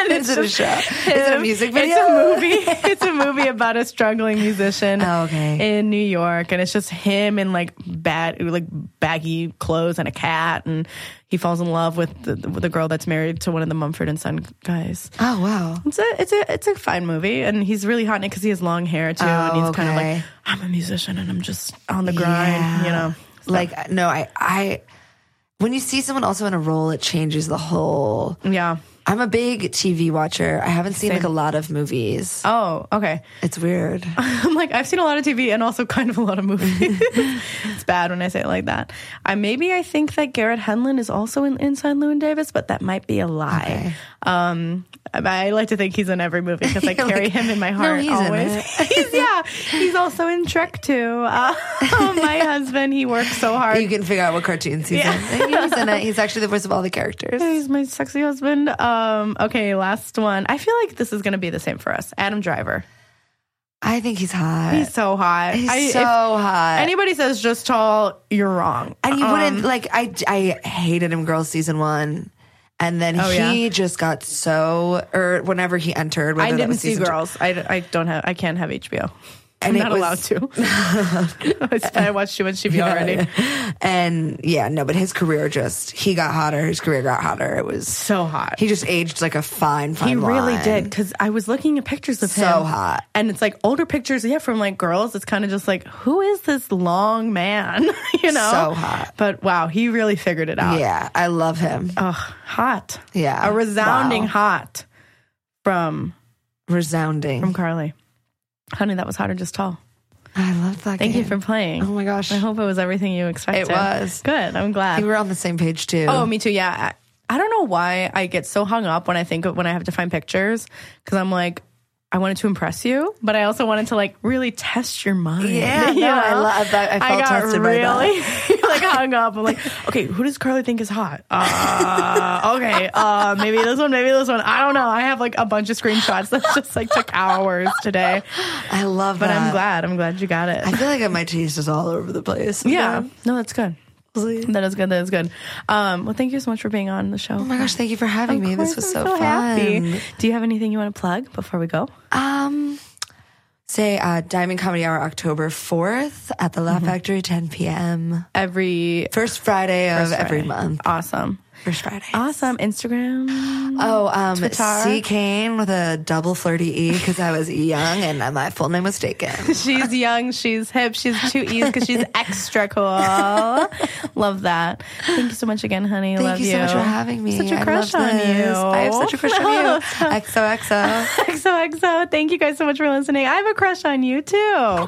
Speaker 1: and
Speaker 2: Is it a show? Is it a music video?
Speaker 1: It's a movie.
Speaker 2: [laughs]
Speaker 1: it's a movie about a struggling musician
Speaker 2: Oh, okay.
Speaker 1: in New York, and it's just him in like bad, like baggy clothes and a cat, and he falls in love with the, with the girl that's married to one of the Mumford and Son guys.
Speaker 2: Oh, wow.
Speaker 1: It's a it's a it's a fine movie, and he's really hot in it because he has long hair too, and
Speaker 2: Oh,
Speaker 1: he's kind of like
Speaker 2: okay.
Speaker 1: I'm a musician and I'm just on the grind, you know.
Speaker 2: Like no, I I when you see someone also in a role, it changes the whole.
Speaker 1: Yeah.
Speaker 2: I'm a big TV watcher. I haven't seen like a lot of movies.
Speaker 1: Oh, okay. [laughs]
Speaker 2: It's weird.
Speaker 1: I'm like, I've seen a lot of TV and also kind of a lot of
Speaker 2: [laughs]
Speaker 1: movies. it's bad when I say it like that. I maybe I think that Garrett Henlon is also in Inside Llewyn Davis, but that might be a lie. Um, I I like to think he's in every movie because I
Speaker 2: [laughs] You're
Speaker 1: carry
Speaker 2: like,
Speaker 1: him in my
Speaker 2: "No,
Speaker 1: heart
Speaker 2: he's in
Speaker 1: always.
Speaker 2: it."
Speaker 1: [laughs] he's yeah, he's also in Trek too. [laughs] Uh,
Speaker 2: [laughs]
Speaker 1: my husband, he works so hard.
Speaker 2: You can figure out what cartoons he's in. [laughs] He's in it.
Speaker 1: [laughs]
Speaker 2: He's actually the voice of all the characters.
Speaker 1: He's my sexy husband. Um, okay, last one. I feel like this is going to be the same for us. Adam Driver.
Speaker 2: I think he's hot.
Speaker 1: He's so hot.
Speaker 2: He's
Speaker 1: I- if
Speaker 2: so hot.
Speaker 1: Anybody says just tall, you're wrong.
Speaker 2: and you wouldn't
Speaker 1: Uh-uh.
Speaker 2: like. I I hated him, Girls season one, and then
Speaker 1: Oh, yeah.
Speaker 2: he just got so. Or whenever he entered, whether
Speaker 1: I
Speaker 2: that
Speaker 1: didn't
Speaker 2: was
Speaker 1: see
Speaker 2: season two-
Speaker 1: girls. I, I don't have. I can't have HBO.
Speaker 2: And
Speaker 1: I'm
Speaker 2: it
Speaker 1: not
Speaker 2: was-
Speaker 1: allowed [laughs] to. I s- I watched too much TV already.
Speaker 2: [laughs] And yeah, no, but his career just he got hotter. His career got hotter. It was
Speaker 1: So hot.
Speaker 2: he just aged like a fine, fine.
Speaker 1: He really
Speaker 2: wine.
Speaker 1: did because I was looking at pictures of
Speaker 2: So
Speaker 1: him.
Speaker 2: hot.
Speaker 1: and it's like older pictures, yeah, from like girls. It's kind of just like, who is this long man? [laughs] you know,
Speaker 2: So hot.
Speaker 1: But wow, he really figured it out.
Speaker 2: Yeah, I love him.
Speaker 1: Ugh, hot.
Speaker 2: Yeah.
Speaker 1: a resounding
Speaker 2: Wow.
Speaker 1: hot from
Speaker 2: Resounding.
Speaker 1: from Carly. Honey, that was hotter just tall.
Speaker 2: I love that.
Speaker 1: Thank you
Speaker 2: game.
Speaker 1: for playing.
Speaker 2: Oh my gosh.
Speaker 1: I hope it was everything you expected.
Speaker 2: It was.
Speaker 1: Good. I'm glad.
Speaker 2: We were on the same page too.
Speaker 1: Oh, me too. Yeah. I I don't know why I get so hung up when I think of when I have to find pictures because I'm like, I wanted to impress you, but I also wanted to like really test your mind. [laughs]
Speaker 2: [laughs] Yeah,
Speaker 1: You
Speaker 2: no, I
Speaker 1: know?
Speaker 2: love that. I felt
Speaker 1: got
Speaker 2: tested by
Speaker 1: really, [laughs]
Speaker 2: that. [laughs]
Speaker 1: like hung up. I'm like, okay, who does Carly think is hot? Uh, okay, uh, maybe this one, maybe this one. I don't know. I have like a bunch of screenshots that [laughs] just like took hours today,
Speaker 2: I love
Speaker 1: but
Speaker 2: that.
Speaker 1: I'm glad. I'm glad you got it.
Speaker 2: Uh, I feel like my taste is all over the place.
Speaker 1: yeah, no, that's good. That is good. That is good. Um, well, thank you so much for being on the show.
Speaker 2: Oh my gosh, thank you for having me. This was so, fun.
Speaker 1: Do you have anything you want to plug before we go?
Speaker 2: Um, say uh, Diamond Comedy Hour October 4th at the
Speaker 1: Mm-hmm.
Speaker 2: Laugh Factory, 10 p.m.
Speaker 1: Every
Speaker 2: First Friday of
Speaker 1: Friday.
Speaker 2: every month.
Speaker 1: Awesome.
Speaker 2: First Friday.
Speaker 1: Awesome. Instagram.
Speaker 2: Oh, um,
Speaker 1: Twitter.
Speaker 2: C. Kane with a double flirty E because I was young and my full name was taken.
Speaker 1: She's young, she's hip, she's two E's because [laughs] she's extra cool. Love that. Thank you so much again, honey.
Speaker 2: Thank
Speaker 1: [laughs] Love
Speaker 2: you
Speaker 1: you.
Speaker 2: so much
Speaker 1: [laughs]
Speaker 2: for having me.
Speaker 1: Such
Speaker 2: a
Speaker 1: a crush on you.
Speaker 2: I have such a crush on you.
Speaker 1: [laughs]
Speaker 2: XOXO.
Speaker 1: XOXO. Thank you guys so much for listening. I have a crush on you too.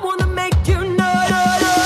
Speaker 4: wanna make you know.